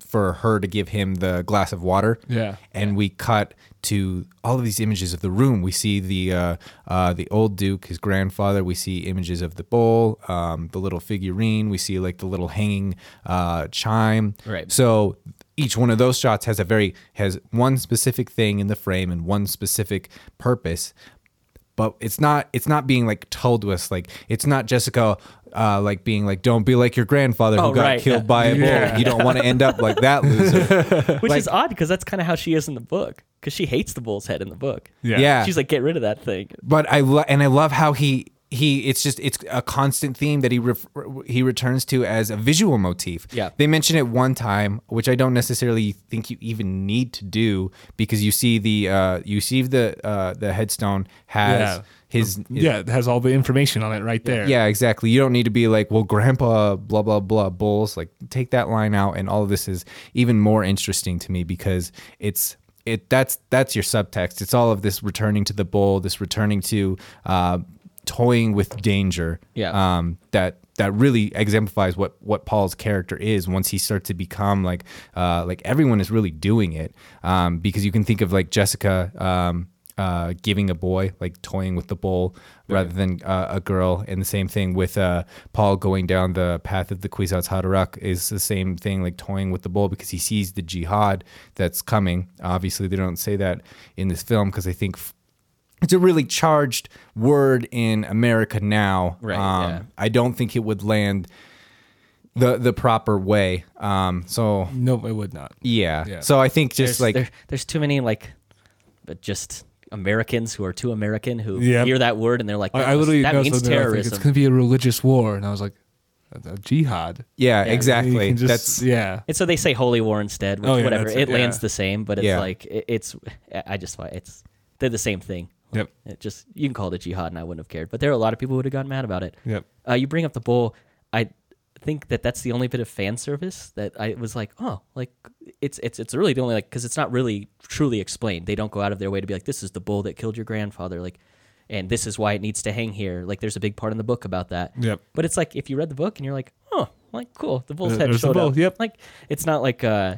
for her to give him the glass of water.
Yeah.
And we cut to all of these images of the room. We see the uh, uh, the old Duke, his grandfather. We see images of the bowl, um, the little figurine. We see like the little hanging uh, chime.
Right.
So each one of those shots has a very has one specific thing in the frame and one specific purpose but it's not it's not being like told to us like it's not Jessica uh, like being like don't be like your grandfather who
Oh,
got
right,
killed
yeah.
by a bull
Yeah.
you don't want to end up like that loser
which is odd because that's kind of how she is in the book because she hates the bull's head in the book.
Yeah.
Yeah.
she's like, get rid of that thing.
but I lo- and I love how he he it's just it's a constant theme that he ref- he returns to as a visual motif.
Yeah.
They mention it one time, which I don't necessarily think you even need to do because you see the uh you see the uh the headstone has
Yeah.
his, his
yeah, it has all the information on it right there.
Yeah, exactly. You don't need to be like, well, grandpa, blah, blah, blah, bulls. Like, take that line out. And all of this is even more interesting to me because it's. It that's that's your subtext. It's all of this returning to the bull, this returning to uh, toying with danger.
Yeah.
um, that that really exemplifies what what Paul's character is once he starts to become like uh, like everyone is really doing it um, because you can think of like Jessica um, uh, giving a boy, like toying with the bowl, rather than uh, a girl. And the same thing with uh, Paul going down the path of the Kwisatz Haderach is the same thing, like toying with the bowl because he sees the jihad that's coming. Obviously, they don't say that in this film because I think f- it's a really charged word in America now. Um,
Right, yeah.
I don't think it would land the the proper way. Um, so
No, it would not.
yeah.
Yeah.
So I think just
there's,
like
there- there's too many like, but just Americans who are too American who
Yeah.
hear that word and they're like,
I,
that,
I
must-
literally
that
know
means
something, they're like,
terrorism.
it's going to be a religious war, and I was like, a, a jihad.
yeah,
And you
exactly.
can just-
that's
yeah.
and so they say holy war instead, which,
Oh, yeah,
whatever.
that's
It,
it,
lands
yeah.
the same, but it's
Yeah.
like it, it's. I just find it's they're the same thing.
Yep.
It just you can call it a jihad, and I wouldn't have cared. But there are a lot of people who would have gotten mad about it.
Yep.
Uh, you bring up the bowl. I think that that's the only bit of fan service that I was like, oh, like it's it's it's really the only like because it's not really truly explained. They don't go out of their way to be like, this is the bull that killed your grandfather, like, and this is why it needs to hang here. Like, there's a big part in the book about that.
Yep.
But it's like if you read the book and you're like, oh, like cool, the bull's
There-
head
there's the
showed
bull,
up.
yep.
Like it's not like uh,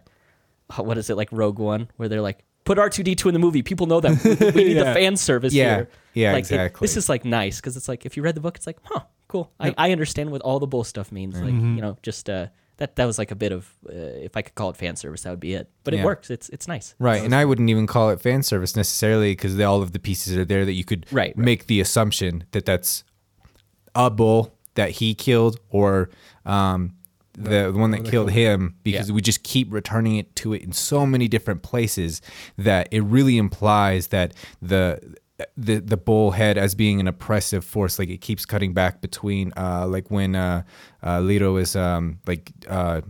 oh, what is it like Rogue One where they're like. Put R two D two in the movie. People know that we, we need
Yeah.
the fan service
Yeah.
here.
Yeah,
Like, it-
exactly.
this is like nice because it's like if you read the book, it's like, huh, cool. I, I understand what all the bull stuff means. Like
Mm-hmm.
you know, just uh, that that was like a bit of uh, if I could call it fan service, that would be it. But
Yeah.
it works. It's it's nice.
Right, and I wouldn't even call it fan service necessarily because all of the pieces are there that you could
Right, right.
make the assumption that that's a bull that he killed or um, the, the one that killed him because
Yeah.
we just keep returning it to it in so many different places that it really implies that the the the bull head as being an oppressive force like it keeps cutting back between uh, like when uh, uh, Leto is um, like uh,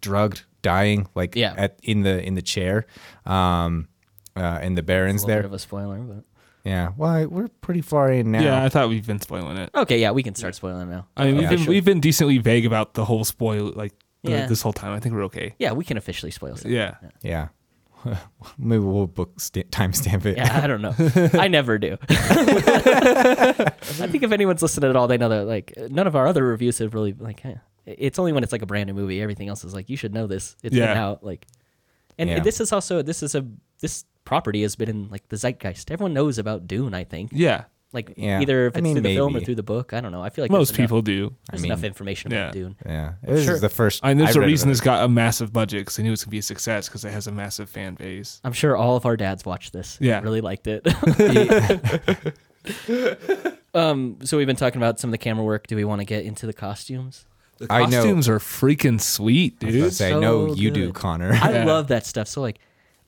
drugged, dying, like
Yeah.
at in the in the chair, um, uh, in the barons
A little bit
there.
of a spoiler, but
Yeah, well, we're pretty far in now.
Yeah, I thought we've been spoiling it.
okay, yeah, we can start spoiling now.
I mean, we've
Yeah,
been
sure.
we've been decently vague about the whole spoil like the-
Yeah.
this whole time. I think we're okay.
Yeah, we can officially spoil. Something.
Yeah.
yeah. Maybe we'll book st- timestamp it.
Yeah, I don't know. I never do. I think if anyone's listening at all, they know that like none of our other reviews have really like. eh. It's only when it's like a brand new movie. Everything else is like you should know this. It's
Yeah.
been out like, and
Yeah.
this is also this is a this property has been in like the zeitgeist. Everyone knows about Dune. I think
Yeah.
like
Yeah.
either if
I
it's
mean,
through the film or
maybe.
through the book. I don't know. I feel like
Most
there's enough-
people do.
there's
mean,
enough information about
yeah.
Dune.
yeah. This
Sure.
is the first.
I mean, there's
I
a
read
reason
about
it's got a massive budget because they knew it was gonna be a success because it has a massive fan base.
I'm sure all of our dads watched this.
Yeah.
really liked it.
it.
um, so we've been talking about some of the camera work. Do we want to get into the costumes?
The
I know.
costumes are freaking sweet,
I was gonna
dude.
say, I know
so
you do,
good.
Connor.
I
Yeah.
love that stuff. So like,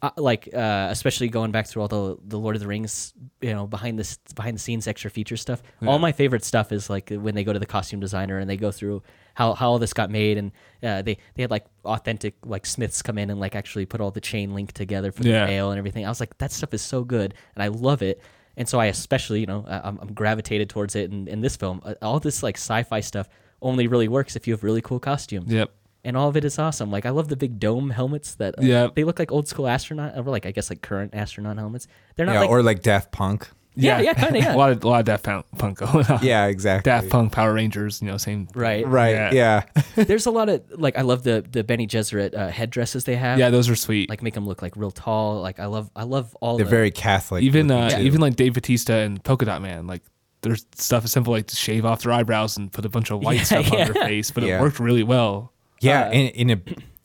I, like uh, especially going back through all the the Lord of the Rings, you know, behind this behind the scenes extra feature stuff. All my favorite stuff is like when they go to the costume designer and they go through how how all this got made and uh, they they had like authentic like smiths come in and like actually put all the chain link together for the
Yeah.
mail and everything. I was like, that stuff is so good and I love it. And so I especially, you know, I- I'm, I'm gravitated towards it in, in this film. Uh, All this like sci-fi stuff only really works if you have really cool costumes
Yep.
and all of it is awesome. Like I love the big dome helmets that uh,
Yeah.
they look like old school astronaut or like I guess like current astronaut helmets. They're not
yeah,
like
or like Daft Punk.
Yeah, yeah, kinda, yeah.
a lot of a lot of Daft Punk, Punk going on.
Yeah, exactly.
Daft Punk, Power Rangers, you know, same.
right.
Right. Yeah.
There's a lot of like I love the the Benny Gesserit uh, headdresses they have.
Yeah, those are sweet.
like make them look like real tall. Like I love I love all
They're
the
very Catholic.
even
looking
uh,
too.
even like Dave Batista and Polka Dot Man, like their stuff is simple, like to shave off their eyebrows and put a bunch of white stuff on their face, but
Yeah.
it worked really well.
Yeah, in in a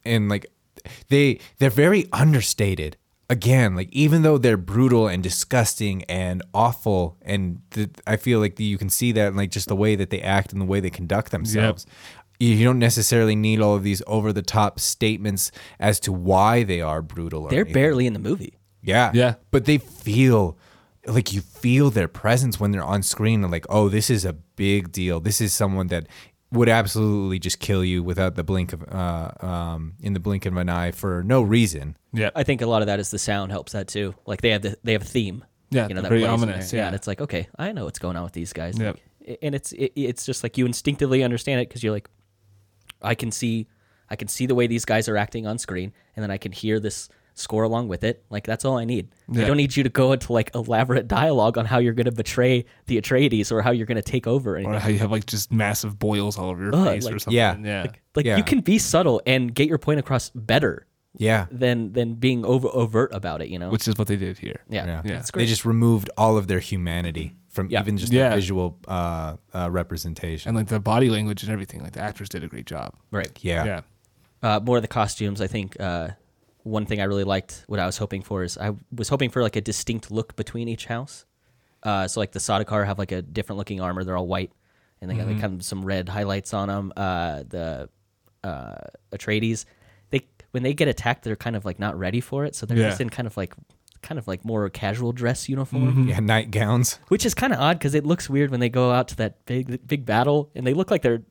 in like they they're very understated. Again, like even though they're brutal and disgusting and awful, and th- I feel like you can see that in like just the way that they act and the way they conduct themselves. You You don't necessarily need all of these over the top statements as to why they are brutal. Or
they're
anything.
barely in the movie.
Yeah.
Yeah.
But they feel like you feel their presence when they're on screen and like, oh, this is a big deal. This is someone that would absolutely just kill you without the blink of uh um in the blink of an eye for no reason.
Yeah,
I think a lot of that is the sound helps that too. Like they have the they have a theme.
Yeah,
you know, that
very
plays in
ominous,
there.
yeah.
and it's like okay, I know what's going on with these guys.
Yep.
Like, and it's it, it's just like you instinctively understand it because you're like, I can see, I can see the way these guys are acting on screen, and then I can hear this score along with it. Like that's all I need.
Yeah.
I don't need you to go into like elaborate dialogue on how you're going to betray the Atreides or how you're going to take over. anything.
or how you have like just massive boils all over your
Ugh,
face or
like-
something.
Yeah.
yeah,
Like
Yeah.
you can be subtle and get your point across better.
Yeah.
than than being over overt about it. You know,
which is what they did here.
yeah,
Yeah.
Yeah.
It's
They
great.
just removed all of their humanity from
Yeah.
even just
Yeah.
the visual uh, uh, representation.
And like the body language and everything, like the actors did a great job.
right.
yeah.
Yeah.
uh, more of the costumes. I think uh, one thing I really liked, what I was hoping for, is I was hoping for like a distinct look between each house. Uh, so like the Sadakar have like a different looking armor; they're all white, and they got like kind of some red highlights on them. Uh, the uh, Atreides, they when they get attacked, they're kind of like not ready for it, so they're
Yeah.
just in kind of like kind of like more casual dress uniform,
Yeah,
Mm-hmm.
nightgowns.
which is kind of odd because it looks weird when they go out to that big big battle and they look like they're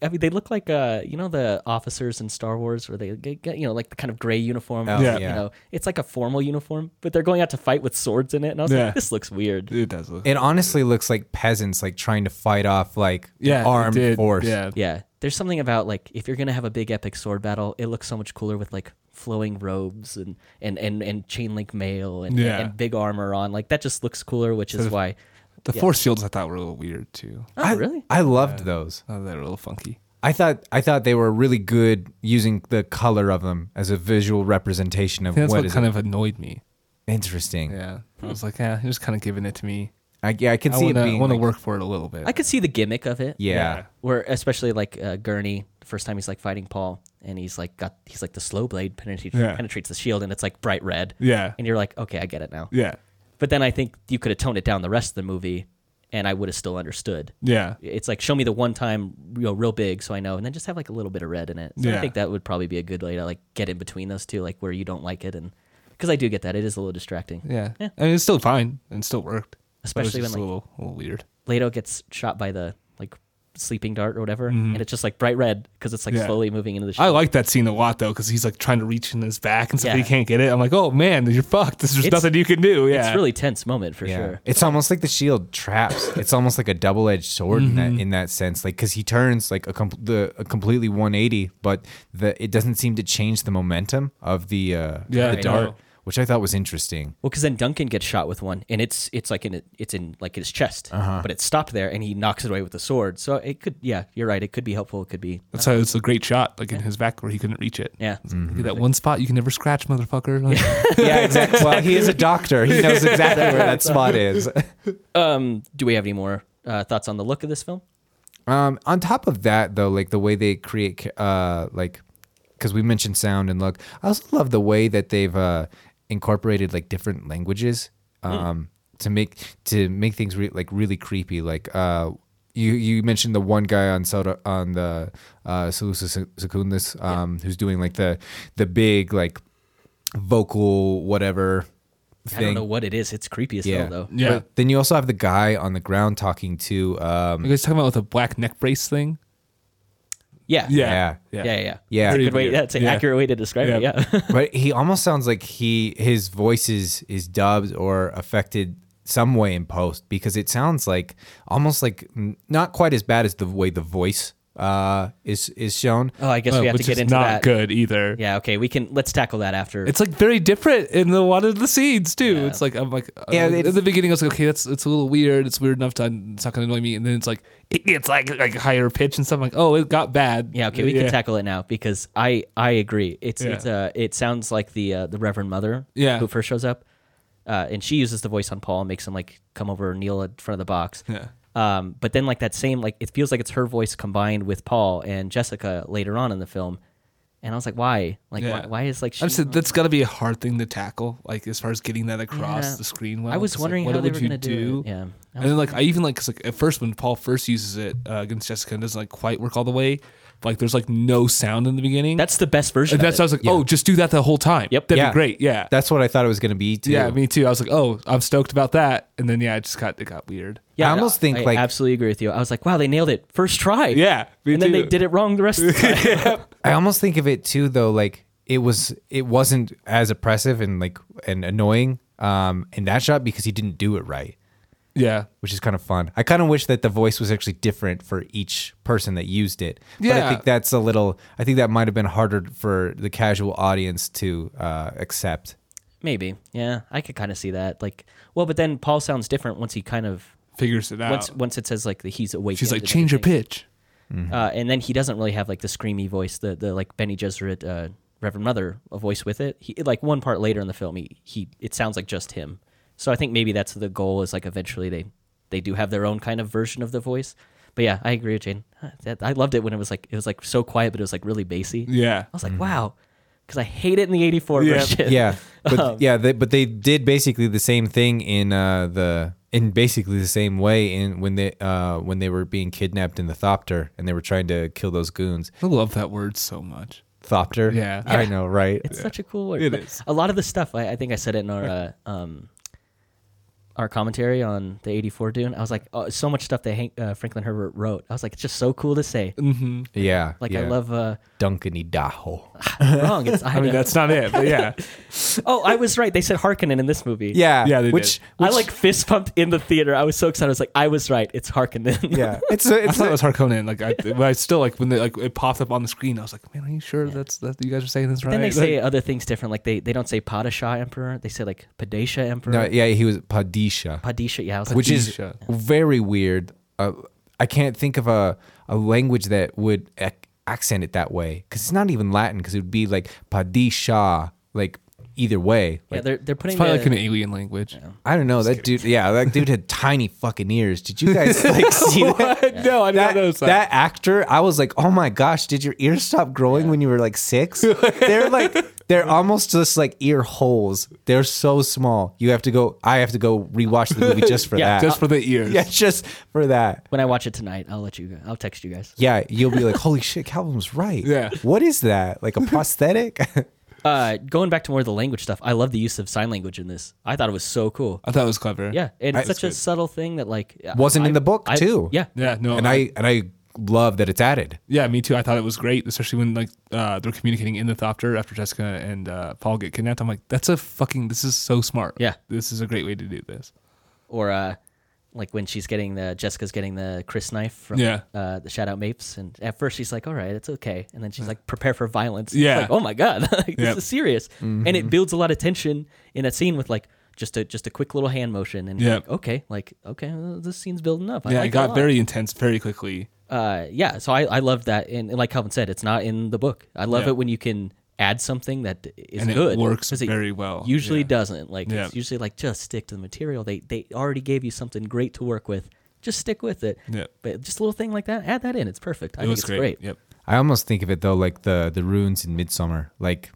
I mean, they look like uh, you know the officers in Star Wars, where they get, get, you know like the kind of gray uniform.
Oh,
Yeah.
you
yeah.
know, it's like a formal uniform, but they're going out to fight with swords in it, and I was
Yeah.
like, this looks weird.
It does look.
It honestly looks like peasants like trying to fight off like
yeah. it
armed
did.
force.
Yeah.
Yeah, there's something about like if you're gonna have a big epic sword battle, it looks so much cooler with like flowing robes and and and, and chain link mail and,
Yeah.
and big armor on. Like that just looks cooler, which is
of-
why.
The
Yeah.
force shields I thought were a little weird too.
Oh,
I,
really?
I loved those.
Oh, they were a little funky.
I thought I thought they were really good using the color of them as a visual representation of
I think that's
what
what,
is
kind
it?
of annoyed me.
interesting.
Yeah. I
Hmm.
was like, yeah, you're just kind of giving it to me.
I, yeah, I can
I
see
want
it
to
being
want to
like-
work for it a little bit.
I could see the gimmick of it.
Yeah.
Yeah.
where especially like uh, Gurney, the first time he's like fighting Paul, and he's like got he's like the slow blade penetrates
Yeah.
penetrates the shield, and it's like bright red,
yeah.
and you're like, okay, I get it now.
Yeah.
But then I think you could have toned it down the rest of the movie, and I would have still understood.
Yeah.
It's like show me the one time you know, real big, so I know, and then just have like a little bit of red in it. So I
Yeah.
think that would probably be a good way to like get in between those two, like where you don't like it, and because I do get that, it is a little distracting.
Yeah.
Yeah.
I mean, it's still fine and still worked. But it was
Especially when,
just
like-
a little, a little weird.
Leto gets shot by the like sleeping dart or whatever, and it's just like bright red because it's like
Mm-hmm. Yeah.
slowly moving into the. Shield.
I like that scene a lot though, because he's like trying to reach in his back and stuff.
Yeah.
He can't get it. I'm like, oh man, you're fucked. There's just
It's-
nothing you can do. Yeah.
It's a really tense moment for
Yeah.
sure.
It's almost like the shield traps. It's almost like a double-edged sword in
Mm-hmm.
that in that sense. Like because he turns like a, com- the, a completely 180, but the it doesn't seem to change the momentum of the uh,
Yeah,
the
I
dart,
know.
which I thought was interesting.
Well, because then Duncan gets shot with one, and it's it's like in it's in like his chest,
Uh-huh.
but it's stopped there, and he knocks it away with the sword. So it could, yeah, you're right. It could be helpful. It could be,
That's how it's a great shot, like in his back where he couldn't reach it.
yeah.
Look at That one spot you can never scratch, motherfucker. Like,
Yeah, exactly. well, he is a doctor. He knows exactly where that spot is.
Um, do we have any more uh, thoughts on the look of this film?
Um, on top of that, though, like the way they create, ca- uh, like, because we mentioned sound and look, I also love the way that they've uh, incorporated like different languages
Hmm.
um, to make to make things re- like really creepy. Like, uh, you you mentioned the one guy on Soda on the uh, Seleucus Secundus, um, who's doing like the the big like vocal whatever
I don't
thing.
know what it is. It's creepy as
yeah.
hell, though.
Yeah.
But then you also have the guy on the ground talking to. Um,
you guys talking about with a black neck brace thing?
Yeah,
Yeah.
yeah, yeah. yeah.
Yeah.
That's a
Pretty
good way.
weird.
That's an
Yeah.
accurate way to describe it.
Yeah.
Yeah,
but he almost sounds like he his voice is is dubbed or affected some way in post because it sounds like almost like n- not quite as bad as the way the voice uh is is shown
oh, I guess we
Uh,
have to
which
get
is
into
not
that.
good either.
Yeah, okay, we can. Let's tackle that after.
It's like very different in the one of the scenes too. It's like I'm like uh,
Yeah,
in
it's-
the beginning I was like, okay, that's it's a little weird. It's weird enough to it's not gonna annoy me, and then it's like it gets like like higher pitch and stuff. I'm like oh, it got bad.
Yeah, okay, we can tackle it now because I I agree. It's
Yeah.
it's uh it sounds like the uh, the Reverend Mother
Yeah.
who first shows up, uh, and she uses the voice on Paul, makes him like come over and kneel in front of the box.
Yeah.
Um, but then like that same like it feels like it's her voice combined with Paul and Jessica later on in the film, and I was like, why? Like
Yeah.
why, why is like she?
I said that's got to be a hard thing to tackle, like as far as getting that across
Yeah.
the screen. Well,
I was
It's like,
wondering
what
how they
would
were
you
gonna do. it. Yeah. I
And
was-
then like I even like 'cause, like at first when Paul first uses it uh, against Jessica it doesn't like quite work all the way. Like there's like no sound in the beginning.
that's the best version.
and
of
that's
it.
I was like, oh, just do that the whole time.
Yep.
that'd
Yeah.
be great. Yeah,
that's what i thought it was going to be too
yeah, me too. I was like, oh, I'm stoked about that. And then yeah, it just got it got weird.
Yeah,
I almost think,
I
like-
absolutely agree with you. I was like, wow, they nailed it first try.
Yeah, me
and then
too.
they did it wrong the rest of the time.
i almost think of it too though like it was it wasn't as oppressive and like and annoying um in that shot because he didn't do it right
Yeah.
which is kind of fun. I kind of wish that the voice was actually different for each person that used it. But I
Yeah.
think that's a little. I think that might have been harder for the casual audience to uh, accept.
Maybe. Yeah, I could kind of see that. Like, well, but then Paul sounds different once he kind of
Figures it out.
once once it says like the he's awake.
Oh. She's like, change your Mm-hmm. pitch.
Uh, and then he doesn't really have like the screamy voice, the the like Benny Gesserit, uh, Reverend Mother a voice with it. He like one part later in the film, he, he it sounds like just him. So I think maybe that's the goal is like eventually they they do have their own kind of version of the voice. But yeah, I agree with Jane. Huh, that- I loved it when it was like it was like so quiet, but it was like really bassy.
Yeah.
I was like, wow, because I hate it in the '84
Yeah.
version.
yeah, but yeah, they, but they did basically the same thing in uh, the in basically the same way in when they uh, when they were being kidnapped in the Thopter and they were trying to kill those goons.
I love that word so much.
Thopter.
Yeah.
I know, right? Uh,
It's such a cool word.
It
Like,
is.
A lot of the stuff, I, I think I said it in our uh, um, our commentary on the '84 Dune. I was like, oh, so much stuff that Hank, uh, Franklin Herbert wrote. I was like, it's just so cool to say.
Mm,
yeah,
Like I
yeah.
love uh,
Duncan Idaho.
wrong. It's I,
I mean,
know.
that's not it, but yeah.
oh, I was right. They said Harkonnen in this movie.
Yeah,
Yeah, they
which,
I
did.
like fist pumped in the theater. I was so excited. I was like, I was right. It's Harkonnen.
yeah, it's a,
I
it's
thought
a,
it was Harkonnen. Like I, but I still like when they like it popped up on the screen. I was like, man, are you sure that's that you guys are saying this right?
Then they say
Like,
other things different. Like they, they don't say Padishah Emperor. They say like Padisha Emperor.
no, yeah, he was Padisha.
Padisha. Yeah. I was like,
which is
Padisha.
very weird. Uh, I can't think of a, a language that would ac- accent it that way because it's not even Latin because it would be like Padisha, like either way.
yeah,
Like,
they're they're putting
it's
the-
probably like an alien language.
I don't know that dude. Yeah, that dude had tiny fucking ears. Did you guys like see that?
No, I did not
That,
notice that.
that actor, I was like, oh my gosh, did your ears stop growing when you were like six? they're like, they're almost just like ear holes. They're so small. You have to go. I have to go rewatch the movie just for
Yeah,
that.
Just for the ears.
yeah, just for that.
when I watch it tonight, I'll let you. go- I'll text you guys.
Yeah, you'll be like, holy shit, Calvin's right.
Yeah.
What is that? Like a prosthetic?
Uh, going back to more of the language stuff, I love the use of sign language in this. I thought it was so cool.
I thought it was clever.
Yeah, and it's
I-
such a subtle thing that like uh,
Wasn't in the book,
I-
too.
Yeah,
Yeah. No.
and I and I love that it's added.
Yeah, me too. I thought it was great, especially when like uh, they're communicating in the Thopter after Jessica and uh, Paul get kidnapped. I'm like, that's a fucking. This is so smart.
Yeah.
This is a great way to do this.
or uh, like when she's getting the Jessica's getting the Chris knife from
Yeah.
uh, the Shout Out Mapes, and at first she's like, "All right, it's okay," and then she's like, "Prepare for violence." It's
Yeah.
like, oh my god, like, this
Yep. Mm-hmm.
is serious, and it builds a lot of tension in that scene with like. Just a just a quick little hand motion and you're
Yep.
like okay like okay well, this scene's building up I
yeah,
like
it
a
got
lot.
very intense very quickly.
uh yeah so i i love that and, and like calvin said it's not in the book i love
Yeah.
it when you can add something that is
And it
good
works
'cause
very well.
usually
Yeah.
doesn't like
Yeah.
it's usually like just stick to the material they they already gave you something great to work with just stick with it
Yeah.
but just a little thing like that add that in it's perfect i
it
think
was
it's
great.
great,
Yep.
I almost think of it though like the the runes in Midsummer. Like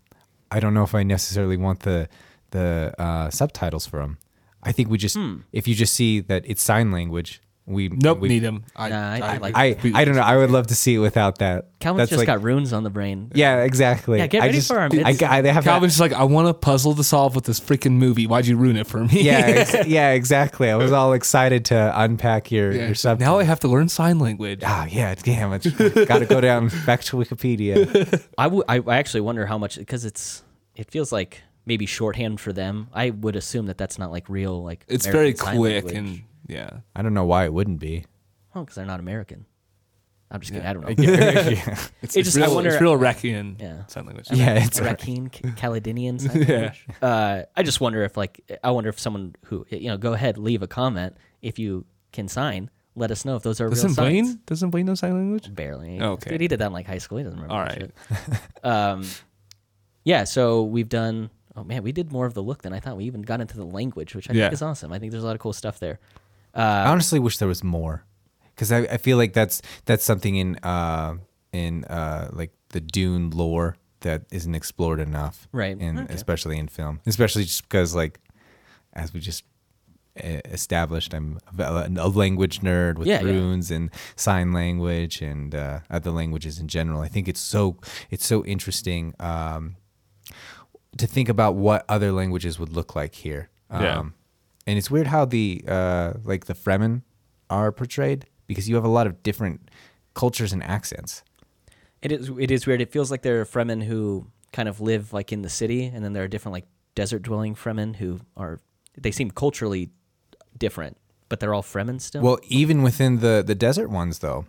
I don't know if I necessarily want the the uh, subtitles for them. I think we just if you just see that it's sign language, we
Hmm. Nope.
we-
need him. I,
Nah, I- I like-
I I don't know. I would love to see it without that.
calvin's
That's
just
like-
got runes on the brain
Yeah, exactly.
Yeah, get
I
ready
just,
for 'em.
I,
It's-
I, they have that-
Calvin's just like, I want a puzzle to solve with this freaking movie. Why'd you ruin it for me?
yeah, ex- yeah, exactly. I was all excited to unpack your
Yeah.
your subtitles.
Now I have to learn sign language.
Ah, yeah, damn it. Got to go down back to Wikipedia.
I would. I I actually wonder how much because it's. It feels like maybe shorthand for them. I would assume that that's not like real. Like
It's
American
very
Sign
quick
Language.
and yeah.
I don't know why it wouldn't be.
oh, because they're not American. I'm just kidding. I don't know.
yeah,
It's,
It just-
it's real,
I wonder-
it's real Rakian
Yeah.
sign language.
Yeah, it's
Iraqi, Caledonian. sign language. Uh, I just wonder if, like, I wonder if someone who, you know, go ahead, leave a comment if you can sign. Let us know if those are real
Doesn't
signs.
Blaine? Doesn't Blaine know sign language?
Barely.
Okay.
Dude, he did that in like high school. He doesn't remember.
All
that
right.
shit. um, yeah. So we've done. Oh man, we did more of the look than I thought. We even got into the language, which I
Yeah.
think is awesome. I think there's a lot of cool stuff there.
I
Uh,
honestly wish there was more because I, I feel like that's that's something in uh, in uh, like the Dune lore that isn't explored enough,
Right.
And
Okay.
especially in film, especially just because like as we just e- established, I'm a a language nerd with
Yeah, yeah.
runes and sign language and uh, other languages in general. I think it's so it's so interesting. Um, to think about what other languages would look like here. Um,
Yeah.
And it's weird how the uh, like the Fremen are portrayed because you have a lot of different cultures and accents.
It is. It is weird. It feels like there are Fremen who kind of live like in the city, and then there are different like desert dwelling Fremen who are. They seem culturally different, but they're all Fremen still.
Well, even within the the desert ones though,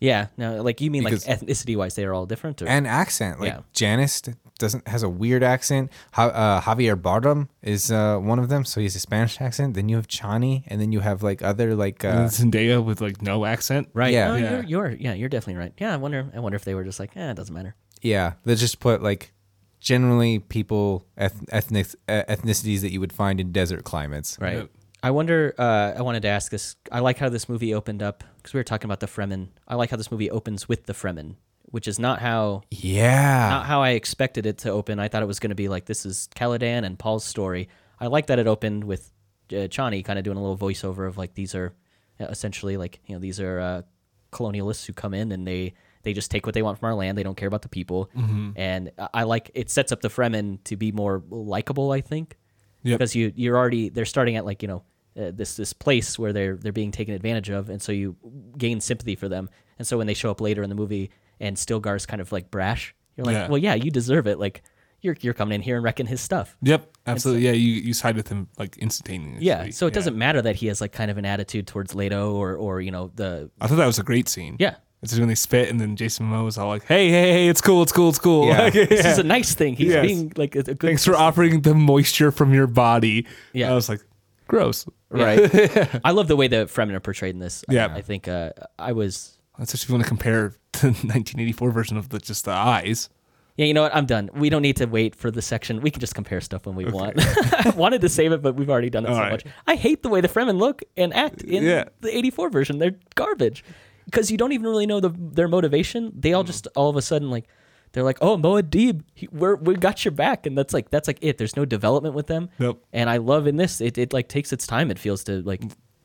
yeah. No, like you mean
Because-
like ethnicity wise, they are all different. Or,
and accent like
Yeah.
Janice doesn't has a weird accent. Ja- uh, Javier Bardem is uh, one of them, so he has a Spanish accent. Then you have Chani, and then you have like other like
And
uh,
Mm.
Zendaya with like no accent.
right.
yeah.
No,
Yeah.
You're, you're. Yeah. You're definitely right. Yeah. I wonder. I wonder if they were just like, eh, it doesn't matter.
yeah, let's just put like generally people eth- ethnic uh, ethnicities that you would find in desert climates.
Right.
Yep.
I wonder. Uh, I wanted to ask this. I like how this movie opened up because we were talking about the Fremen. I like how this movie opens with the Fremen, which is not how not
Yeah.
how I expected it to open. I thought it was going to be like this is Caladan and Paul's story. I like that it opened with uh, Chani kind of doing a little voiceover of like these are uh, essentially like you know these are uh, colonialists who come in and they they just take what they want from our land. They don't care about the people. And I- I like it sets up the Fremen to be more likable. I think
Yep.
because you you're already they're starting at like you know. Uh, this this place where they're they're being taken advantage of, and so you gain sympathy for them. And so when they show up later in the movie, and Stilgar's kind of like brash, you're like,
Yeah.
well, yeah, you deserve it. Like, you're you're coming in here and wrecking his stuff.
Yep. Absolutely. yeah. You you side with him like instantaneously.
Yeah. So it doesn't matter that he has like kind of an attitude towards Leto or or you know the
I thought that was a great scene.
yeah.
It's just when they spit and then Jason Momoa was all like, "Hey, hey, hey, it's cool, it's cool, it's cool."
Yeah.
Like,
This is
yeah.
a nice thing. He's
Yes.
being like a, a good.
Thanks for offering the moisture from your body.
Yeah.
I was like, gross.
Right.
I love the way the Fremen are portrayed in this.
Yeah.
I, I think uh, I was.
Especially if you want to compare the 1984 version of the, just the eyes.
Yeah, you know what? I'm done. We don't need to wait for the section. We can just compare stuff when we want. I wanted to save it, but we've already done it
All
so
right.
much. I hate the way the Fremen look and act in
Yeah.
the 84 version. They're garbage because you don't even really know the, their motivation. They all just all of a sudden like they're like, "Oh, Moadib, he, we're we got your back," and that's like that's like it. There's no development with them.
Nope.
And I love in this it it like takes its time. It feels to like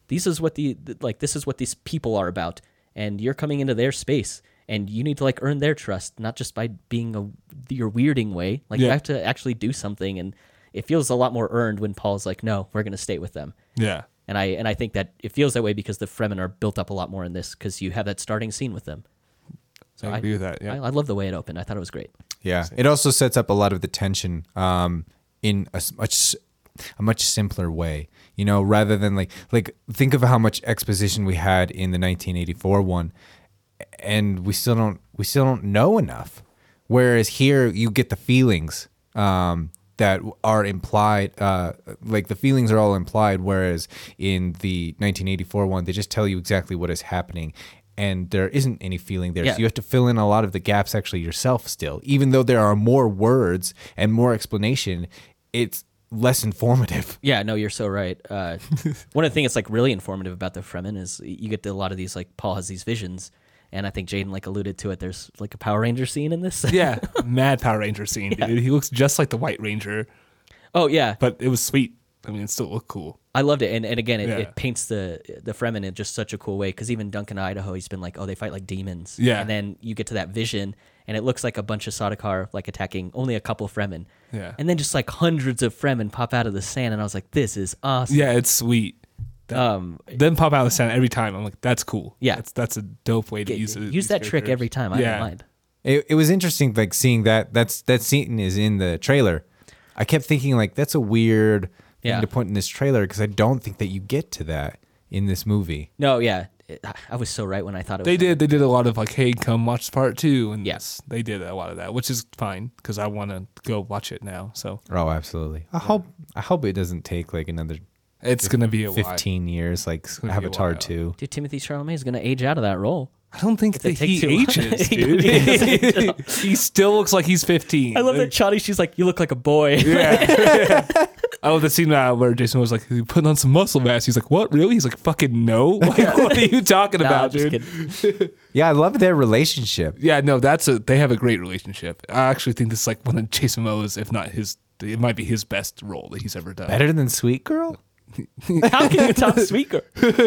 this is what the th- like this is what these people are about, and you're coming into their space. And you need to like earn their trust, not just by being a your weirding way. Like you
Yeah.
have to actually do something, and it feels a lot more earned when Paul's like, "No, we're gonna stay with them."
Yeah.
And I and I think that it feels that way because the Fremen are built up a lot more in this because you have that starting scene with them.
I agree with that. Yeah.
I, I love the way it opened. I thought it was great.
yeah. It also sets up a lot of the tension um, in a s- much a much simpler way. You know, rather than like like think of how much exposition we had in the 1984 one and we still don't we still don't know enough. Whereas here you get the feelings um, that are implied, uh, like the feelings are all implied. Whereas in the 1984 one, they just tell you exactly what is happening, and there isn't any feeling there.
Yeah.
So you have to fill in a lot of the gaps actually yourself still, even though there are more words and more explanation. It's less informative.
Yeah, no, you're so right. Uh, one of the things that's like really informative about the Fremen is you get to a lot of these like Paul has these visions, and I think Jaden like alluded to it. There's like a Power Ranger scene in this.
yeah. Mad Power Ranger scene, dude. He looks just like the White Ranger,
oh yeah,
but it was sweet. I mean, it still looked cool.
I loved it, and, and again, it,
Yeah.
it paints the the Fremen in just such a cool way. Because even Duncan Idaho, he's been like, oh, they fight like demons.
Yeah.
And then you get to that vision, and it looks like a bunch of Sadakar like attacking only a couple Fremen.
Yeah.
And then just like hundreds of Fremen pop out of the sand, and I was like, this is awesome.
Yeah, it's sweet.
Um,
Then pop out of the sound every time. I'm like, that's cool.
Yeah.
That's, that's a dope way to use
use,
it.
that trick every time. I don't mind.
It, it was interesting, like seeing that. That's that scene is in the trailer. I kept thinking, like, that's a weird
Yeah.
thing to put in this trailer because I don't think that you get to that in this movie.
No, yeah, It- I- I was so right when I thought it.
They
was
did. They did a lot of like, hey, come watch part two. And
Yes.
they did a lot of that, which is fine because I want to go watch it now. So
Oh, absolutely. I hope I hope it doesn't take like another
it's gonna be a while.
fifteen years, like
gonna be a
Avatar
while.
two.
Dude, Timothy Chalamet is gonna age out of that role.
I don't think that
it takes
he
too long.
ages,
He don't
dude. he still looks like he's 15.
I love that Chani. She's like, you look like a boy.
I love the scene uh, where Jason was like, "You putting on some muscle mass." He's like, "What, really?" He's like, "Fucking no!" Like, what are you talking
Nah,
about,
I'm just
dude?
kidding.
Yeah, I love their relationship.
Yeah, no, that's a. They have a great relationship. I actually think this is like one of Jason Momoa's, if not his, it might be his best role that he's ever done.
Better than Sweet Girl.
How can you top Sweeker?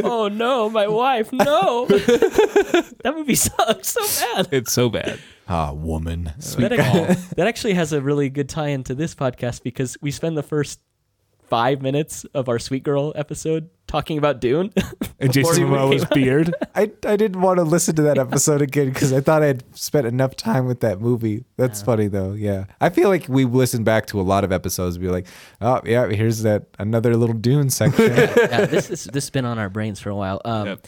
oh no, my wife, no. that movie sucks so bad.
It's so bad.
Ah, woman.
That, ac- that actually has a really good tie-in to this podcast because we spend the first five minutes of our Sweet Girl episode talking about Dune.
And Jason
Before we
Momoa's beard.
I I didn't want to listen to that episode again because I thought I'd spent enough time with that movie. That's funny though. Yeah, I feel like we listened back to a lot of episodes. And be like, oh yeah, here's that another little Dune section.
yeah, this is this has been on our brains for a while. Um,
Yep.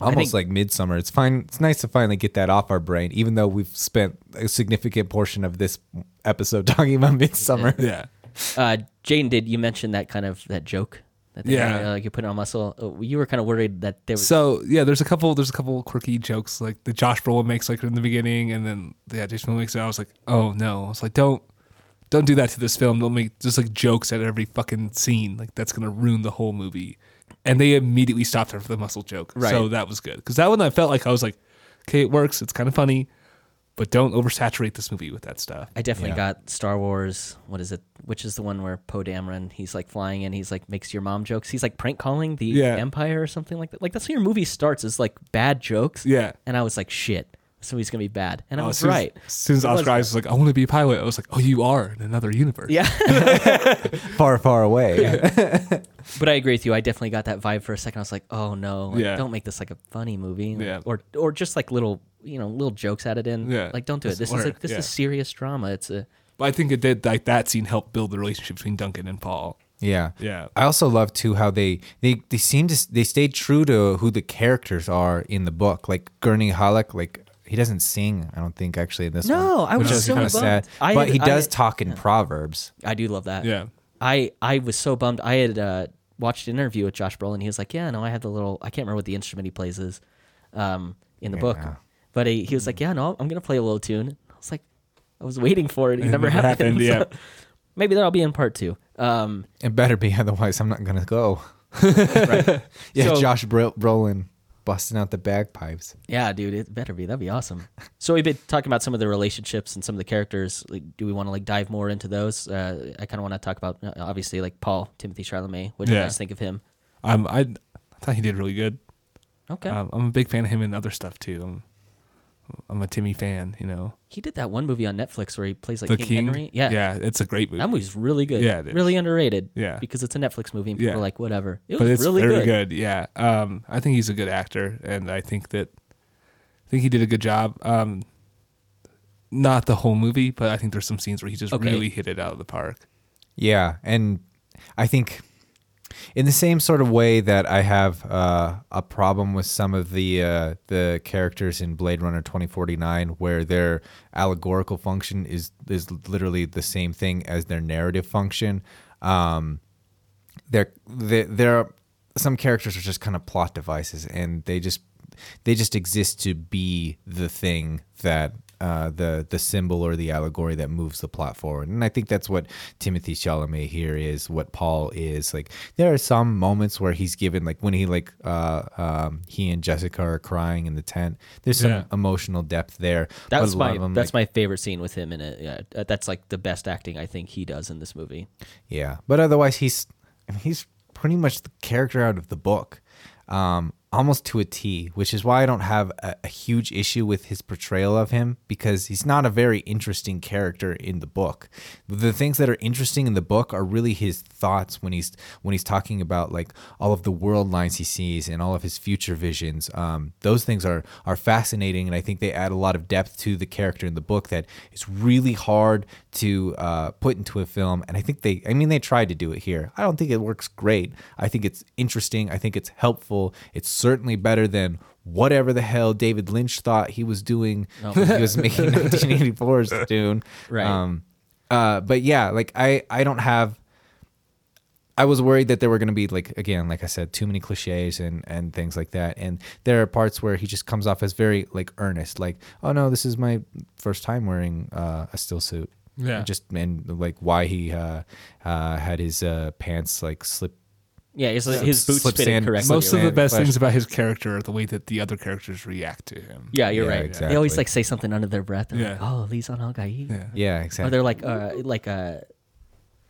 Almost
think-
like midsummer. It's fine. It's nice to finally get that off our brain, even though we've spent a significant portion of this episode talking about midsummer.
Yeah.
uh, Jane, did you mention that kind of that joke That they
Yeah.
kinda, like you put it on muscle. Uh, You were kind of worried that there was.
So yeah, there's a couple there's a couple quirky jokes like the Josh Brolin makes like in the beginning, and then yeah, Jason Momoa makes it. I was like, oh no, I was like, don't don't do that to this film. Don't make just like jokes at every fucking scene. Like that's gonna ruin the whole movie. And they immediately stopped after the muscle joke.
Right.
So that was good because that one I felt like I was like, okay, it works. It's kind of funny, but don't oversaturate this movie with that stuff.
I definitely
Yeah.
got Star Wars. What is it? Which is the one where Poe Dameron he's like flying in. He's like makes your mom jokes. He's like prank calling the
Yeah.
Empire or something like that. Like that's how your movie starts is like bad jokes.
Yeah.
And I was like, shit, so he's gonna be bad. And I
Oh, as
was
soon as-
right.
As soon as
It was
Oscar Isaac was like, I want to be a pilot, I was like, oh, you are in another universe.
Yeah.
far, far away.
but I agree with you. I definitely got that vibe for a second. I was like, oh no, like,
Yeah.
don't make this like a funny movie. Like,
Yeah.
Or or just like little you know little jokes added in.
Yeah.
Like don't do it.
Just
This is
learn,
a, this
yeah.
is serious drama. It's a
But I think it did like that scene helped build the relationship between Duncan and Paul.
Yeah.
Yeah.
I also love too how they they they seem to s- they stayed true to who the characters are in the book. Like Gurney Halleck, like he doesn't sing. I don't think actually in this
No,
one.
I
which
was
is
so
kinda
bummed.
sad.
I
but
had-
he
I
does
had-
talk in proverbs.
I do love that.
Yeah.
I I was so bummed. I had uh, watched an interview with Josh Brolin. He was like, "Yeah, no, I had the little. I can't remember what the instrument he plays is, um, in the book."
Yeah.
But he, he was like, "Yeah, no, I'm gonna play a little tune." I was like, "I was waiting for it. It,
It
never
never
happened."
happened,
So maybe that'll be in part two. Um,
It better be, otherwise I'm not gonna go.
right.
Yeah,
So-
Josh Bro- Brolin busting out the bagpipes.
yeah, dude, it better be. That'd be awesome. So we've been talking about some of the relationships and some of the characters. Like, do we want to like dive more into those? Uh, I kind of want to talk about uh, obviously like Paul Timothy Chalamet. What do you
Yeah.
guys think of him?
Um, I, I thought he did really good.
Okay.
Um, I'm a big fan of him and other stuff too. I'm, I'm a Timmy fan, you know.
He did that one movie on Netflix where he plays like
the
King,
King.
Henry. Yeah.
yeah, it's a great movie,
That movie's really good.
Yeah, it is.
Really underrated.
Yeah.
Because it's a Netflix movie and people
Yeah.
are like, whatever. It was
but it's
really
very
good.
good. Yeah, um, I think he's a good actor, and I think that I think he did a good job. Um, not the whole movie, but I think there's some scenes where he just
Okay.
really hit it out of the park.
Yeah, and I think in the same sort of way that I have uh, a problem with some of the uh, the characters in Blade Runner 2049, where their allegorical function is is literally the same thing as their narrative function. Um, there there there are some characters are just kind of plot devices and they just they just exist to be the thing that uh, the the symbol or the allegory that moves the plot forward, and I think that's what Timothy Chalamet here is, what Paul is. Like there are some moments where he's given, like when he like uh, um, he and Jessica are crying in the tent. There's some
Yeah.
emotional depth there.
That
but
was
a lot
my
of them,
that's
like-
my favorite scene with him in it. Yeah, uh, that's like the best acting I think he does in this movie.
Yeah, but otherwise he's I mean, he's pretty much the character out of the book, um, almost to a T, which is why I don't have a, a huge issue with his portrayal of him because he's not a very interesting character in the book. The things that are interesting in the book are really his thoughts when he's when he's talking about like all of the world lines he sees and all of his future visions. Um, those things are are fascinating, and I think they add a lot of depth to the character in the book that is really hard to uh, put into a film. And I think they, I mean, they tried to do it here. I don't think it works great. I think it's interesting. I think it's helpful. It's certainly better than whatever the hell David Lynch thought he was doing when he was making 1984's Dune.
Right.
Um, uh, but yeah, like I, I don't have. I was worried that there were going to be like again, like I said, too many cliches and and things like that. And there are parts where he just comes off as very like earnest, like, "Oh no, this is my first time wearing uh, a still suit."
Yeah.
And just and like why he uh, uh, had his uh, pants like slip.
Yeah, his, his boots
slip
fitted
sand-
correctly.
Most of the
land
best
flash.
things about his character are the way that the other characters react to him.
yeah, you're
Yeah,
right. They
exactly.
always like say something under their breath. They're like,
Yeah.
oh, Lee's on Hellguy.
Yeah.
Yeah,
Or
exactly.
they're like uh like uh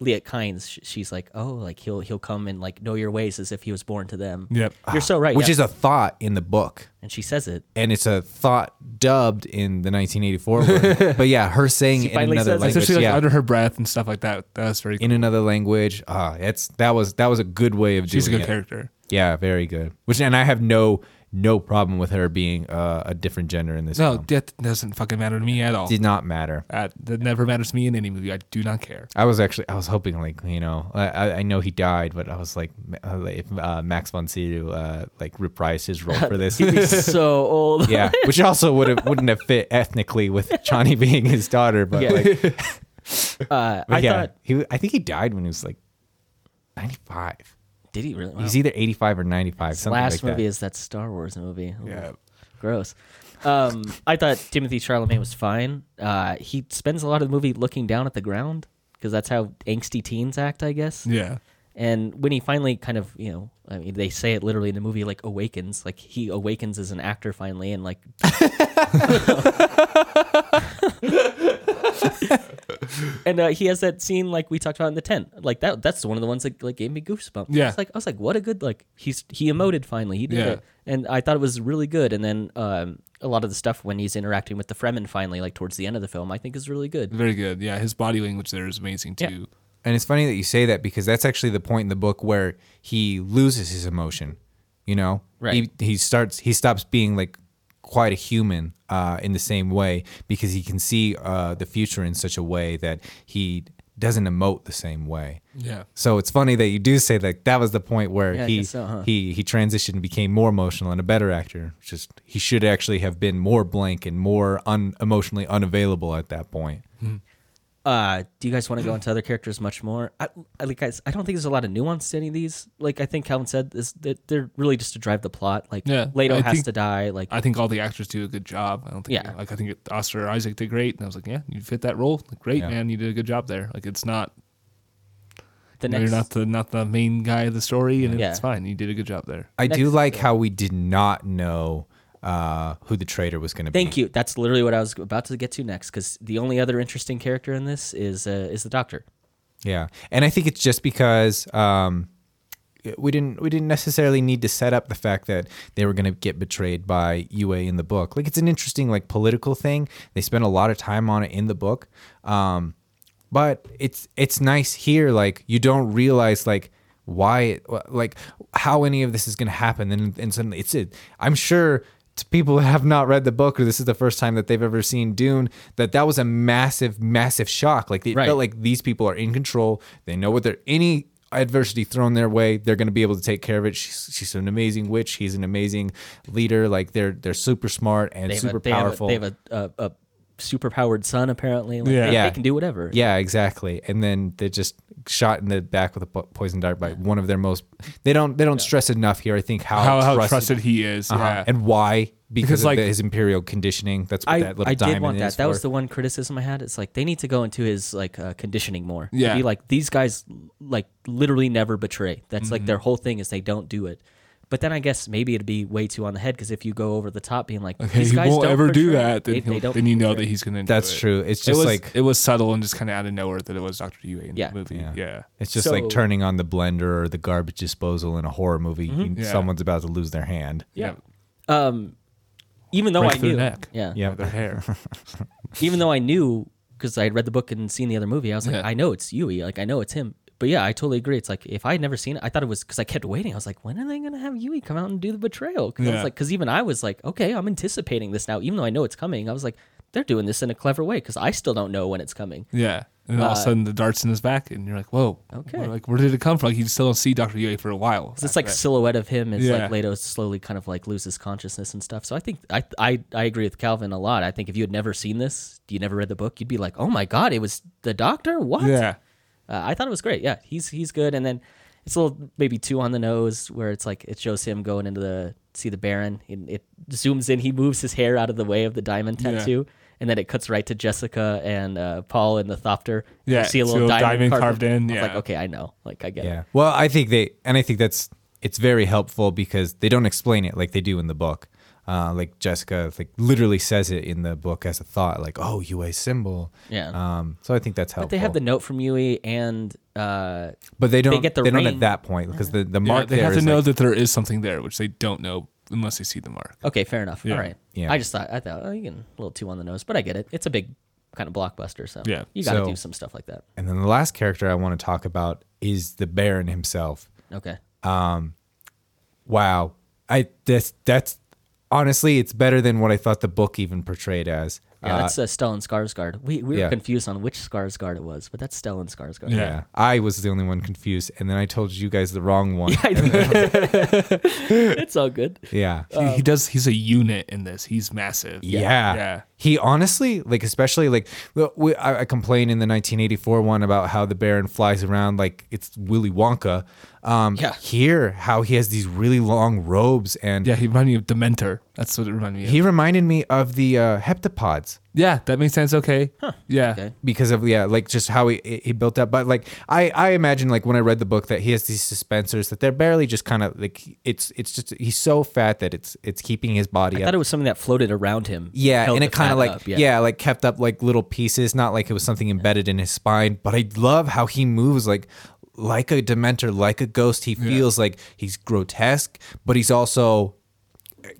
Leah Kynes, sh- she's like, oh, like he'll he'll come and like know your ways as if he was born to them.
Yep.
You're so right.
Which
yeah.
is a thought in the book,
and she says it.
and it's a thought dubbed in the 1984. One. but yeah, her saying
She
in
finally
another
says it.
language,
Especially like
yeah,
under her breath and stuff like that. That was very. cool.
in another language. Ah, it's that was that was a good way of
She's a
doing
good
it.
character.
Yeah, very good. Which and I have no no problem with her being uh, a different gender in this.
No,
film.
that doesn't fucking matter to me at all.
did not matter.
That- that never matters to me in any movie. I do not care.
I was actually I was hoping like you know I- I, I know he died, but I was like uh, if uh, Max von Sydow uh, like reprised his role for this.
He's so old.
yeah, which also would have wouldn't have fit ethnically with Johnny being his daughter, but
Yeah.
like
Uh,
but
I
yeah,
thought
he I think he died when he was like ninety five.
Did he really? Wow.
He's either 85 or 95.
His
something
last
like
movie
that.
is that Star Wars movie. Ugh,
Yeah.
gross. Um, I thought Timothy Charlemagne was fine. Uh, he spends a lot of the movie looking down at the ground because that's how angsty teens act, I guess.
Yeah.
And when he finally kind of, you know, I mean, they say it literally in the movie, like awakens, like he awakens as an actor finally, and like. and uh, he has that scene like we talked about in the tent, like that. That's one of the ones that like gave me goosebumps.
Yeah.
it's like I was like, what a good like he's he emoted finally. He did
Yeah.
it, and I thought it was really good. And then um, a lot of the stuff when he's interacting with the Fremen finally, like towards the end of the film, I think is really good.
Very good. Yeah. His body language there is amazing
Yeah.
too.
And it's funny that you say that because that's actually the point in the book where he loses his emotion. You know,
Right.
He, he starts. He stops being like quite a human uh, in the same way because he can see uh, the future in such a way that he doesn't emote the same way.
Yeah.
So it's funny that you do say that. That was the point where
Yeah, I
he
guess so, huh?
he he transitioned, and became more emotional and a better actor. Just he should actually have been more blank and more un, emotionally unavailable at that point.
uh do you guys want to go into other characters much more I, I like guys i don't think there's a lot of nuance to any of these like i think calvin said this that they're really just to drive the plot like
Yeah,
leto
I
has
think-
to die like
I think all the actors do a good job. I don't think
Yeah.
like I think Oscar Isaac did great, and I was like, yeah, you fit that role. Like, great
Yeah.
man, you did a good job there. Like it's not
the
you know,
next
you're not the not the main guy of the story, and
Yeah.
it's fine. You did a good job there.
I do
Next-
like how we did not know uh, who the traitor was going to be.
thank you that's literally what i was about to get to next because the only other interesting character in this is uh is the doctor
Yeah, and I think it's just because um, we didn't we didn't necessarily need to set up the fact that they were going to get betrayed by UA in the book. Like it's an interesting like political thing. They spend a lot of time on it in the book, um, but it's it's nice here. Like you don't realize like why it, like how any of this is going to happen, and, and suddenly it's it. I'm sure. To people who have not read the book, or this is the first time that they've ever seen Dune, that that was a massive, massive shock. Like it
Right.
felt like like these people are in control. They know what they're any adversity thrown their way, they're going to be able to take care of it. She's, she's an amazing witch. He's an amazing leader. Like they're they're super smart and
they have,
super
a, they have, a,
powerful.
they have a, a, a super powered son apparently like,
Yeah.
They,
Yeah.
they can do whatever
yeah, exactly. And then they're just shot in the back with a po- poison dart by one of their most. They don't they don't stress enough here. I think how
How how
trusted,
trusted he is.
uh-huh,
Yeah.
and why because,
Because,
of
like-
the- his imperial conditioning. That's what
I,
that little
I
diamond
did want
is
that. That was
for.
the one criticism I had. It's like they need to go into his like uh, conditioning more. To
Yeah.
Be like these guys like literally never betray. That's like
Mm-hmm.
their whole thing is they don't do it. But then I guess maybe it'd be way too on the head because if you go over the top being like
Okay,
these
he
guys
won't
don't
ever do
betray,"
that. Then,
they-
he'll-
they don't
then you know
betray.
that he's gonna. do
That's
it.
true. It's
it
just
was,
like
it was subtle and just kind of out of nowhere that it was Doctor Yue in
Yeah.
the movie.
Yeah.
Yeah.
It's just like
So-
turning on the blender or the garbage disposal in a horror movie. You-
Yeah.
Someone's about to lose their hand.
Mm-hmm. Yeah. Um, even though
Break
I
their
knew,
neck.
yeah,
Yeah.
Their hair.
even though I knew because I had read the book and seen the other movie, I was like,
Yeah.
I know it's Yui, like I know it's him. But yeah, I totally agree. It's like if I had never seen it, I thought it was because I kept waiting. I was like, when are they gonna have Yui come out and do the betrayal? Because I was
Yeah.
like, because even I was like, okay, I'm anticipating this now, even though I know it's coming. I was like, they're doing this in a clever way because I still don't know when it's coming.
Yeah. And all of a
Uh,
sudden, the darts in his back, and you're like, "Whoa!"
Okay.
We're Like, where did it come from? Like, you still don't see Doctor Yue for a while.
'Cause It's like silhouette of him as
Yeah.
like Leto slowly kind of like loses consciousness and stuff. So I think I, I I agree with Calvin a lot. I think if you had never seen this, you never read the book, you'd be like, oh my god, it was the Doctor. What?
Yeah.
Uh, I thought it was great. Yeah, he's he's good. And then it's a little maybe two on the nose where it's like it shows him going into the see the Baron. And it zooms in. He moves his hair out of the way of the diamond
Yeah.
tattoo, and then it cuts right to Jessica and uh, Paul in the Thopter.
Yeah,
You see a
see
little
a little
diamond,
diamond
carved,
carved in,
I was like
yeah.
okay, I know. Like I get it.
Yeah. Well, I think they, and I think that's, it's very helpful because they don't explain it like they do in the book. Uh, like Jessica, like literally says it in the book as a thought, like "oh, UA symbol."
Yeah.
Um. So I think that's helpful.
But they have the note from Yui and uh,
but they don't. They,
get the
don't
ring.
at that point because the the
Yeah,
mark
they
there
have to
is,
know
like-
that there is something there, which they don't know unless they see the mark.
okay, fair enough.
Yeah.
All right.
Yeah.
I just thought I thought oh, you can a little two on the nose, but I get it. It's a big kind of blockbuster, so
Yeah.
you got to
So-
do some stuff like that.
and then the last character I want to talk about is the Baron himself.
Okay.
Wow. I this that's honestly it's better than what I thought the book even portrayed as.
Yeah,
Uh,
that's uh, Stellan Skarsgård. We, we were
yeah.
confused on which Skarsgård it was, but that's Stellan Skarsgård.
Yeah.
yeah. I was the only one confused, and then I told you guys the wrong one.
I know. it's all good.
yeah.
He, he does. He's a unit in this. He's massive.
Um, Yeah.
Uh, Yeah.
He honestly, like, especially like, well, we, I, I complained in the 1984 one about how the Baron flies around like it's Willy Wonka. Um,
Yeah.
Here, how he has these really long robes, and
Yeah. He reminded me of Dementor. That's what it reminded me of.
he reminded me of the uh, heptapods
yeah. That makes sense. Okay. Yeah.
Okay.
because of yeah, like just how he he built up. But like, I I imagine like when I read the book that he has these suspensors that they're barely just kind of like it's it's just he's so fat that it's it's keeping his body
I
up.
thought it was something that floated around him.
Yeah,
held
and
the
it kind
fat
of like
up,
yeah. like kept up like little pieces, not like it was something embedded in his spine. But I love how he moves like like a dementor, like a ghost. He feels like he's grotesque, but he's also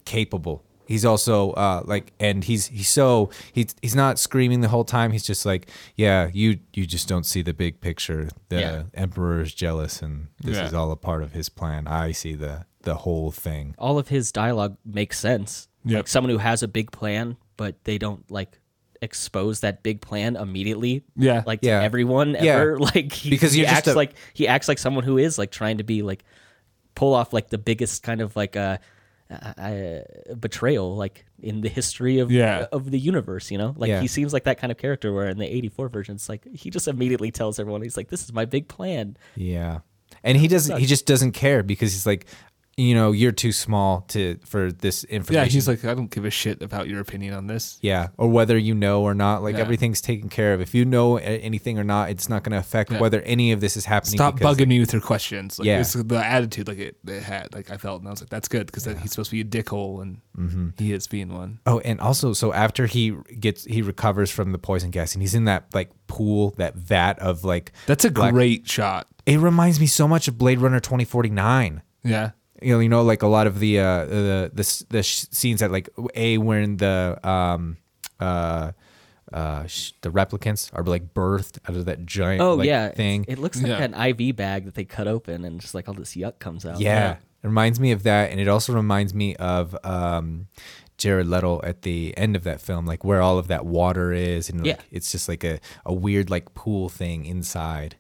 capable. He's also uh, like, and he's he's so he's he's not screaming the whole time. He's just like, yeah, you you just don't see the big picture. The
Yeah.
emperor is jealous, and this
Yeah.
is all a part of his plan. I see the the whole thing.
all of his dialogue makes sense.
Yep.
Like someone who has a big plan, but they don't like expose that big plan immediately.
Yeah.
Like
Yeah.
to everyone
Yeah.
ever. Like he,
Because
he
you're just
acts
a-
like he acts like someone who is like trying to be like pull off like the biggest kind of like uh, uh, uh, betrayal like in the history of uh,
Yeah.
of the universe. You know, like
Yeah.
he seems like that kind of character. Where in the '84 version, it's like he just immediately tells everyone he's like, "This is my big plan."
Yeah. And he doesn't he just doesn't care because he's like, you know, you're too small to for this information.
Yeah. He's like, I don't give a shit about your opinion on this.
yeah, or whether you know or not, like
Yeah.
everything's taken care of. If you know a- anything or not, it's not going to affect
Yeah.
whether any of this is happening.
Stop
because-
bugging me with your questions. Like
Yeah.
it's the attitude like it, it had. Like I felt, and I was like, that's good because he's supposed to be a dickhole, and he is being one.
Oh, and also, so after he gets he recovers from the poison gas, and he's in that like pool, that vat of like.
That's a
black-
great shot.
It reminds me so much of Blade Runner twenty forty nine.
Yeah.
you know, you know, like a lot of the uh, the the s- the sh- scenes that like a when the um uh uh sh- the replicants are like birthed out of that giant
Oh
like,
yeah,
thing.
It looks like
Yeah.
an IV bag that they cut open, and just like all this yuck comes out.
yeah. it reminds me of that, and it also reminds me of um Jared Leto at the end of that film, like where all of that water is, and like,
Yeah.
it's just like a a weird like pool thing inside.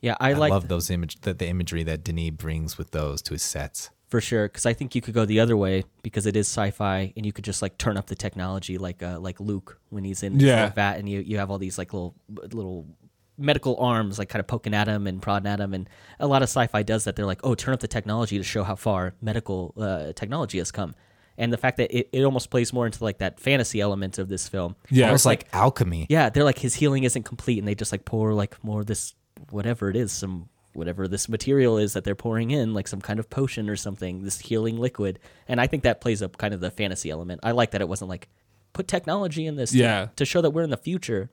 yeah. I,
I,
like
love those image that the imagery that Denis brings with those to his sets.
for sure because I think you could go the other way because it is sci-fi, and you could just like turn up the technology, like uh, like Luke when he's in
Yeah.
yeah. that, and you you have all these like little little medical arms like kind of poking at him and prodding at him and a lot of sci-fi does that they're like oh turn up the technology to show how far medical uh, technology has come and the fact that it, it almost plays more into like that fantasy element of this film
Yeah.
Almost like, alchemy.
yeah, they're like his healing isn't complete, and they just like pour like more of this whatever it is, some whatever this material is that they're pouring in, like some kind of potion or something, this healing liquid. And I think that plays up kind of the fantasy element. I like that it wasn't like put technology in this, to-
Yeah.
to, show that we're in the future.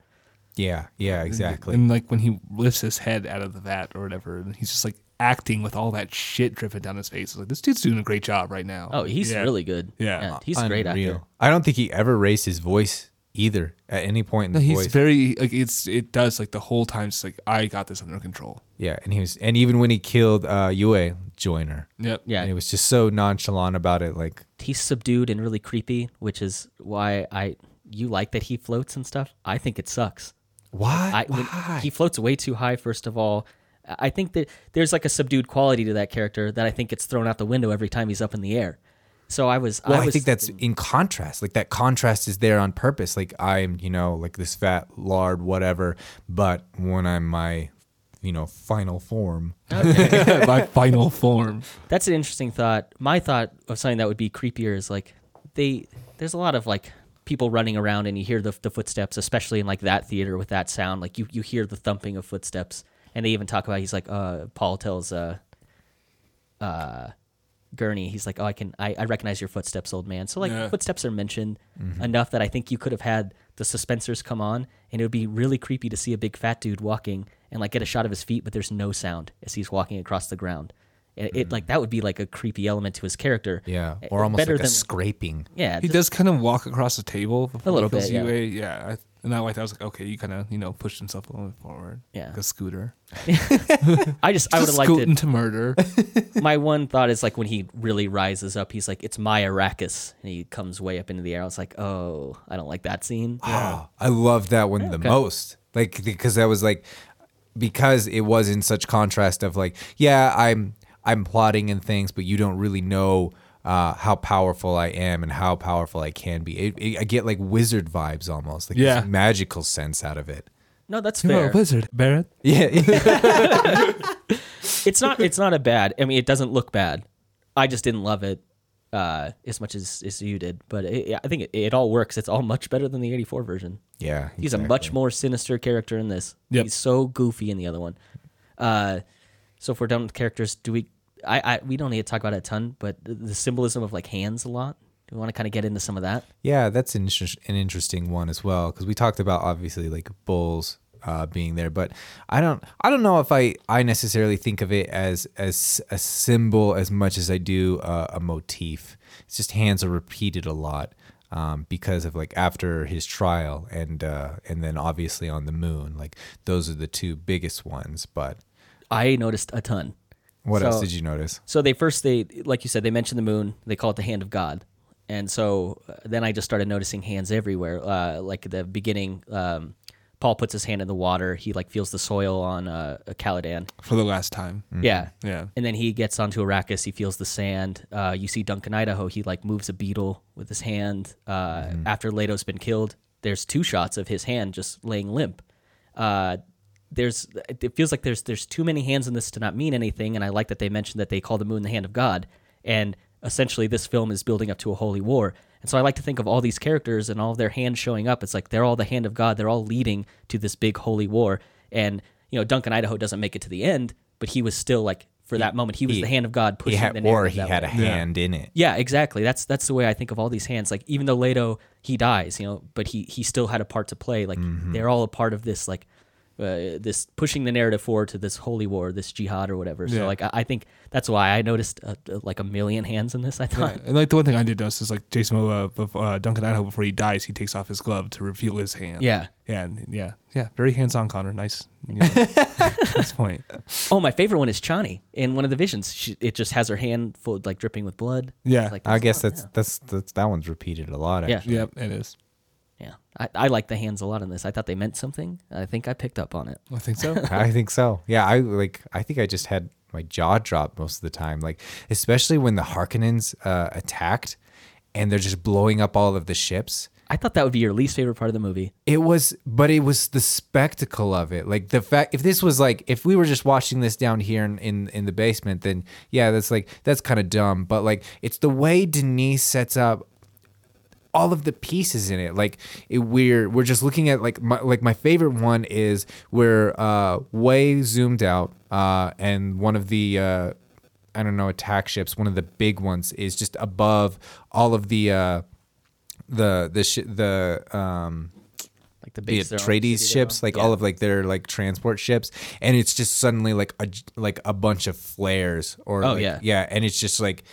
Yeah, yeah, exactly.
And like when he lifts his head out of the vat or whatever, and he's just like acting with all that shit dripping down his face. It's like this dude's doing a great job right now.
Oh, he's
Yeah.
really good.
Yeah.
he's a great actor.
I don't think he ever raised his voice either at any point in
No,
the
he's
voice.
very like it's it does like the whole time. It's like I got this under control.
yeah, and he was, and even when he killed uh, Yue Joiner,
Yep.
Yeah,
and he was just so nonchalant about it. Like,
he's subdued and really creepy, which is why I you like that he floats and stuff. I think it sucks.
why?
I, when- he floats way too high. First of all, I I think that there's like a subdued quality to that character that I think it's thrown out the window every time he's up in the air. So I was,
well,
I
I,
was,
think that's in contrast. Like that contrast is there on purpose. Like I'm, you know, like this fat lard, whatever. But when I'm my, you know, final form,
My final form.
that's an interesting thought. My thought of something that would be creepier is like they there's a lot of like people running around and you hear the, the footsteps, especially in like that theater with that sound. Like you you hear the thumping of footsteps, and they even talk about he's like uh Paul tells uh uh Gurney he's like oh I can I, I recognize your footsteps old man. So like
Yeah.
footsteps are mentioned
Mm-hmm.
enough that I think you could have had the suspensors come on and it would be really creepy to see a big fat dude walking and like get a shot of his feet but there's no sound as he's walking across the ground. And it, like that would be like a creepy element to his character.
Mm. yeah,
Eh,
or almost
better
like a
than
scraping.
yeah.
He
just-
does kind of walk across the table before
A little
he kills
bit, yeah.
UA. Yeah. I, And I like that. I was like, okay, you kind of you know pushed himself a little bit forward.
Yeah.
like a scooter.
I just I would have
Just
liked
scooting
it.
to murder.
My one thought is like when he really rises up, he's like, "It's my Arrakis," and he comes way up into the air. I was like, "Oh, I don't like that scene."
Oh, I loved that one the
okay.
most. Like because that was like because it was in such contrast of like yeah I'm I'm plotting and things, but you don't really know uh, how powerful I am and how powerful I can be. It, it, I get like wizard vibes almost, like
Yeah.
this magical sense out of it.
No, that's
You're
fair.
a wizard, Barrett.
Yeah,
It's not it's not a bad. I mean, it doesn't look bad. I just didn't love it uh, as much as, as you did, but it, I think it, it all works. It's all much better than the '84 version.
yeah.
He's a much more sinister character in this.
Yep.
He's so goofy in the other one. Uh, so if we're done with characters, do we? I, I we don't need to talk about it a ton, but the, the symbolism of like hands a lot. Do we want to kind of get into some of that?
Yeah, that's an, inter- an interesting one as well because we talked about obviously like bulls uh, being there, but I don't I don't know if I I necessarily think of it as as a symbol as much as I do uh, a motif. It's just hands are repeated a lot um, because of like after his trial and uh, and then obviously on the moon. Like those are the two biggest ones. But
I noticed a ton.
what
So-
else did you notice?
So they first they like you said they mentioned the moon. They call it the hand of God, and so uh, then I just started noticing hands everywhere. Uh, like the beginning, um, Paul puts his hand in the water. He like feels the soil on uh, Caladan.
For the last time.
Yeah.
Yeah.
And then he gets onto Arrakis. He feels the sand. Uh, you see Duncan Idaho. He like moves a beetle with his hand. Uh, After Leto's been killed, there's two shots of his hand just laying limp. Uh, there's it feels like there's there's too many hands in this to not mean anything. And I like that they mentioned that they call the moon the hand of God. And essentially, this film is building up to a holy war. And so I like to think of all these characters and all of their hands showing up. It's like they're all the hand of God. They're all leading to this big holy war. And you know, Duncan Idaho doesn't make it to the end, but he was still like for that moment, he was
he-
the hand of God
He
pushing the
had,
narrative
or he
that
had a
way.
hand in it.
Yeah, exactly. That's that's the way I think of all these hands. Like even though Leto he dies, you know, but he he still had a part to play. Like
Mm-hmm.
they're all a part of this like uh, this pushing the narrative forward to this holy war, this jihad or whatever. So
Yeah.
like I, I think that's why I noticed uh, uh, like a million hands in this. I thought.
Yeah, and like the one thing I did notice is like Jason Momoa, before, uh, Duncan Idaho, before he dies, he takes off his glove to reveal his hand.
Yeah.
Yeah. And yeah. Yeah. Very hands on, Connor. Nice. You know, nice point.
Oh, my favorite one is Chani in one of the visions. She, it just has her hand full like dripping with blood.
Yeah.
It's Like,
I guess that's, that's that's that one's repeated a lot.
Yeah.
Actually.
Yep. It is.
yeah. I, I like the hands a lot in this. I thought they meant something. I think I picked up on it.
I think so.
I think so. Yeah, I like. I think I just had my jaw drop most of the time. Like, especially when the Harkonnens uh, attacked, and they're just blowing up all of the ships.
I thought that would be your least favorite part of the movie.
It was, but it was the spectacle of it. Like the fact, if this was like, if we were just watching this down here in in, in the basement, then yeah, that's like that's kind of dumb. But like, it's the way Denise sets up all of the pieces in it. Like it, we're we're just looking at like my like my favorite one is we're uh, way zoomed out, uh, and one of the uh, I don't know attack ships, one of the big ones, is just above all of the uh, the the sh- the um,
Like the
the
base. they're on, the
Atreides
city they're
ships,
on.
like
Yeah.
all of like their like transport ships, and it's just suddenly like a j- like a bunch of flares or
Oh,
like-
yeah.
yeah, and it's just like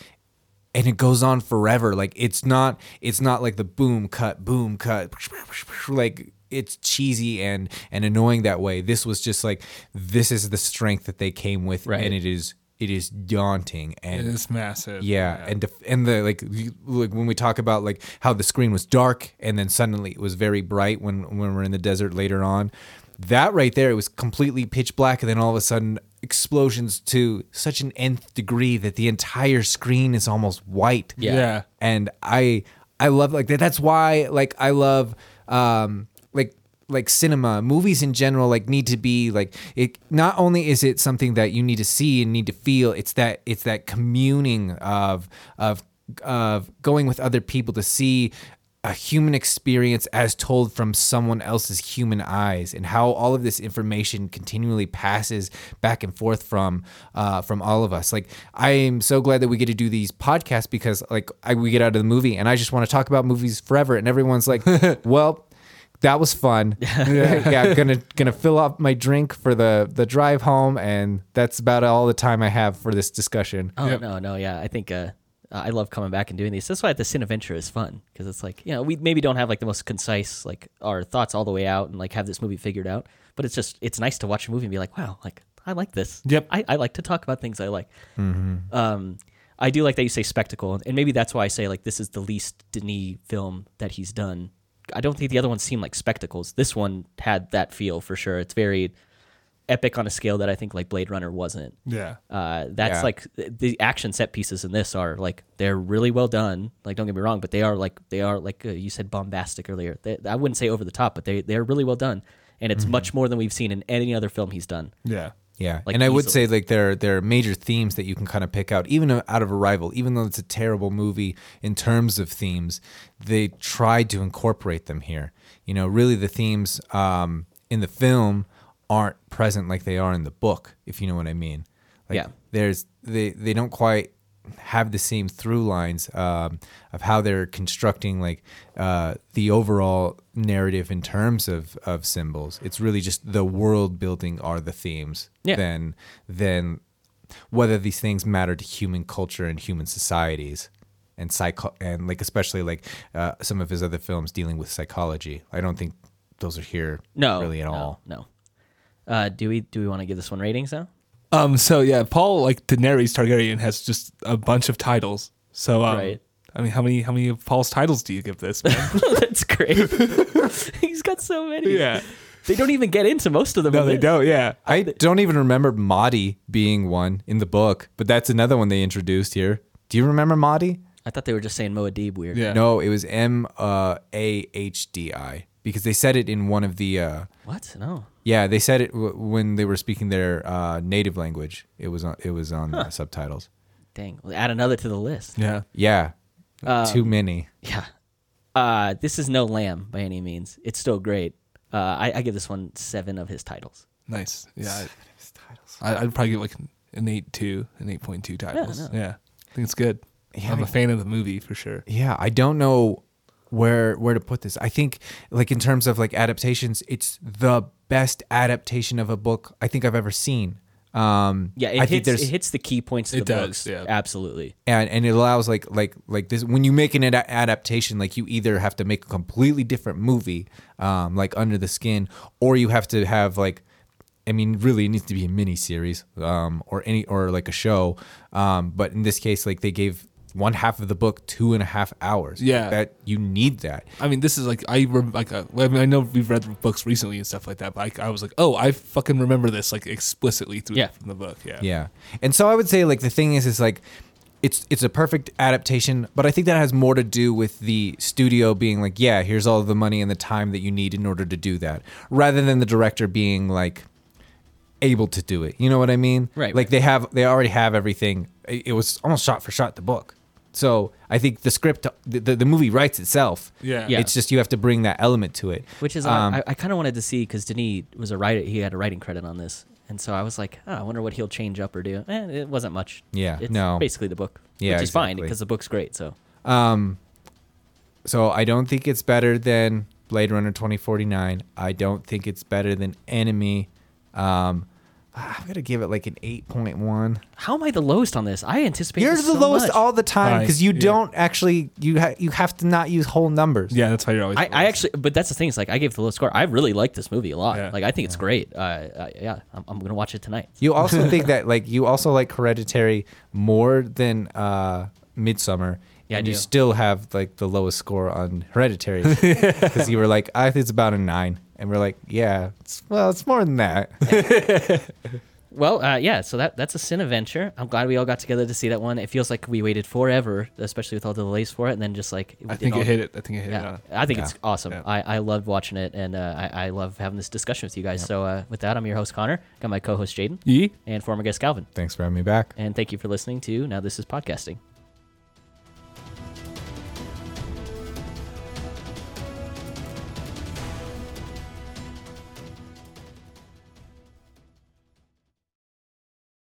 and it goes on forever. Like it's not it's not like the boom cut boom cut like it's cheesy and and annoying that way. This was just like this is the strength that they came with,
Right.
and it is it is daunting and
it is massive.
yeah, and def- and the like, you- like when we talk about like how the screen was dark and then suddenly it was very bright when when we're in the desert later on. That right there, it was completely pitch black, and then all of a sudden explosions to such an nth degree that the entire screen is almost white
Yeah.
Yeah.
and I I love like that. That's why like I love um like like cinema movies in general like need to be like it not only is it something that you need to see and need to feel it's that it's that communing of of of going with other people to see a human experience as told from someone else's human eyes and how all of this information continually passes back and forth from uh, from all of us like i am so glad that we get to do these podcasts because like I, we get out of the movie and i just want to talk about movies forever and everyone's like well that was fun yeah. gonna gonna fill up my drink for the the drive home and that's about all the time i have for this discussion
Oh
Yep.
no, no, yeah. I think uh, uh, I love coming back and doing these. That's why the Cineventure is fun because it's like you know we maybe don't have like the most concise like our thoughts all the way out and like have this movie figured out, but it's just it's nice to watch a movie and be like, wow, like I like this.
Yep. Mm-hmm.
I, I like to talk about things I like. Um, I do like that you say spectacle, and maybe that's why I say like this is the least Denis film that he's done. I don't think the other ones seem like spectacles. This one had that feel for sure. It's very epic on a scale that I think like Blade Runner wasn't.
Yeah.
Uh, that's
Yeah.
like th- the action set pieces in this are like they're really well done. Like don't get me wrong, but they are like they are like uh, you said bombastic earlier. They, I wouldn't say over the top, but they they're really well done, and
Mm-hmm.
it's much more than we've seen in any other film he's done.
Yeah.
Yeah,
Like,
and I would
easily.
say like there there are major themes that you can kind of pick out, even out of Arrival, even though it's a terrible movie in terms of themes, they tried to incorporate them here. You know, really the themes um, in the film aren't present like they are in the book, if you know what I mean. Like,
Yeah.
there's they they don't quite have the same through lines um, of how they're constructing like uh, the overall narrative in terms of of symbols. It's really just the world building are the themes.
Yeah.
Then then whether these things matter to human culture and human societies and psycho and like especially like uh, some of his other films dealing with psychology. I don't think those are here
No,
really at
no,
all.
No. Uh, do we do we want to give this one ratings now?
Um. So yeah, Paul like Daenerys Targaryen has just a bunch of titles. So um,
Right.
I mean, how many how many of Paul's titles do you give this? man?
That's great. He's got so many.
yeah.
They don't even get into most of them.
No,
in
they
this.
don't. Yeah.
I don't even remember Mahdi being one in the book, but that's another one they introduced here. Do you remember Mahdi?
I thought they were just saying Moadib weird.
Yeah.
No, it was M uh, A H D I because they said it in one of the. Uh,
What? No.
yeah, they said it w- when they were speaking their uh, native language. It was on. It was on uh, subtitles.
Dang. Well, add another to the list.
Yeah.
Yeah, too many.
Yeah. Uh, this is no lamb by any means. It's still great. Uh, I, I give this one seven of his titles.
Nice. Yeah. I, I, I'd probably give like an eight two, an eight point two titles. Yeah,
no.
I think it's good.
Yeah,
I'm
I-
a fan of the movie for sure.
Yeah, I don't know where where to put this. I think like in terms of like adaptations, it's the best adaptation of a book I think I've ever seen. Um,
Yeah, it,
I
hits, it hits the key points of
It
the
does,
books.
yeah.
Absolutely.
and and it allows like like like this when you make an ad- adaptation like you either have to make a completely different movie um like under the skin or you have to have like i mean really it needs to be a mini series um or any or like a show um but in this case like they gave one half of the book two and a half hours
Yeah.
that you need that
I mean, this is like I rem- like uh, well, I mean I know we've read books recently and stuff like that, but I, I was like, oh, I fucking remember this like explicitly through
Yeah.
from the book. Yeah,
Yeah. And so I would say like the thing is is like it's it's a perfect adaptation, but I think that has more to do with the studio being like, yeah, here's all the money and the time that you need in order to do that, rather than the director being like able to do it. You know what I mean?
Right,
Like
right.
they have they already have everything. It it was almost shot for shot the book. So I think the script, the, the, the movie writes itself.
Yeah.
Yeah.
It's just you have to bring that element to it. Um,
Which is uh, I, I kind of wanted to see because Denis was a writer. He had a writing credit on this, and so I was like, oh, I wonder what he'll change up or do. Eh, it wasn't much.
Yeah,
it's
no.
basically the book.
Yeah,
which is fine
exactly.
because the book's great. So
So I don't think it's better than Blade Runner 2049. I don't think it's better than Enemy. Um, I'm gonna give it like an 8.1.
how am I the lowest on this? I anticipate
You're the
this so
lowest
much.
all the time
Hi.
because you
Yeah.
don't actually you ha- you have to not use whole numbers.
yeah, that's why you're always.
I, I actually, but that's the thing. It's like I gave the low score. I really like this movie a lot.
Yeah.
Like I think it's great. Uh, uh, yeah, I'm, I'm gonna watch it tonight.
You also think that like you also like Hereditary more than uh, Midsummer.
Yeah, I
and you
do.
still have like the lowest score on Hereditary because you were like, I think it's about a nine, and we're like, yeah, it's, well, it's more than that.
Well, uh, yeah. So that that's a sin adventure. I'm glad we all got together to see that one. It feels like we waited forever, especially with all the delays for it, and then just like we
I
did
think
all-
it hit it. I think it hit
Yeah,
it.
I think
Yeah.
it's awesome.
Yeah.
I, I loved watching it, and uh, I, I love having this discussion with you guys. So, uh, with that, I'm your host, Connor. Got my co host, Jaden,
Yeah.
and former guest, Calvin.
Thanks for having me back.
And thank you for listening to Now This Is Podcasting.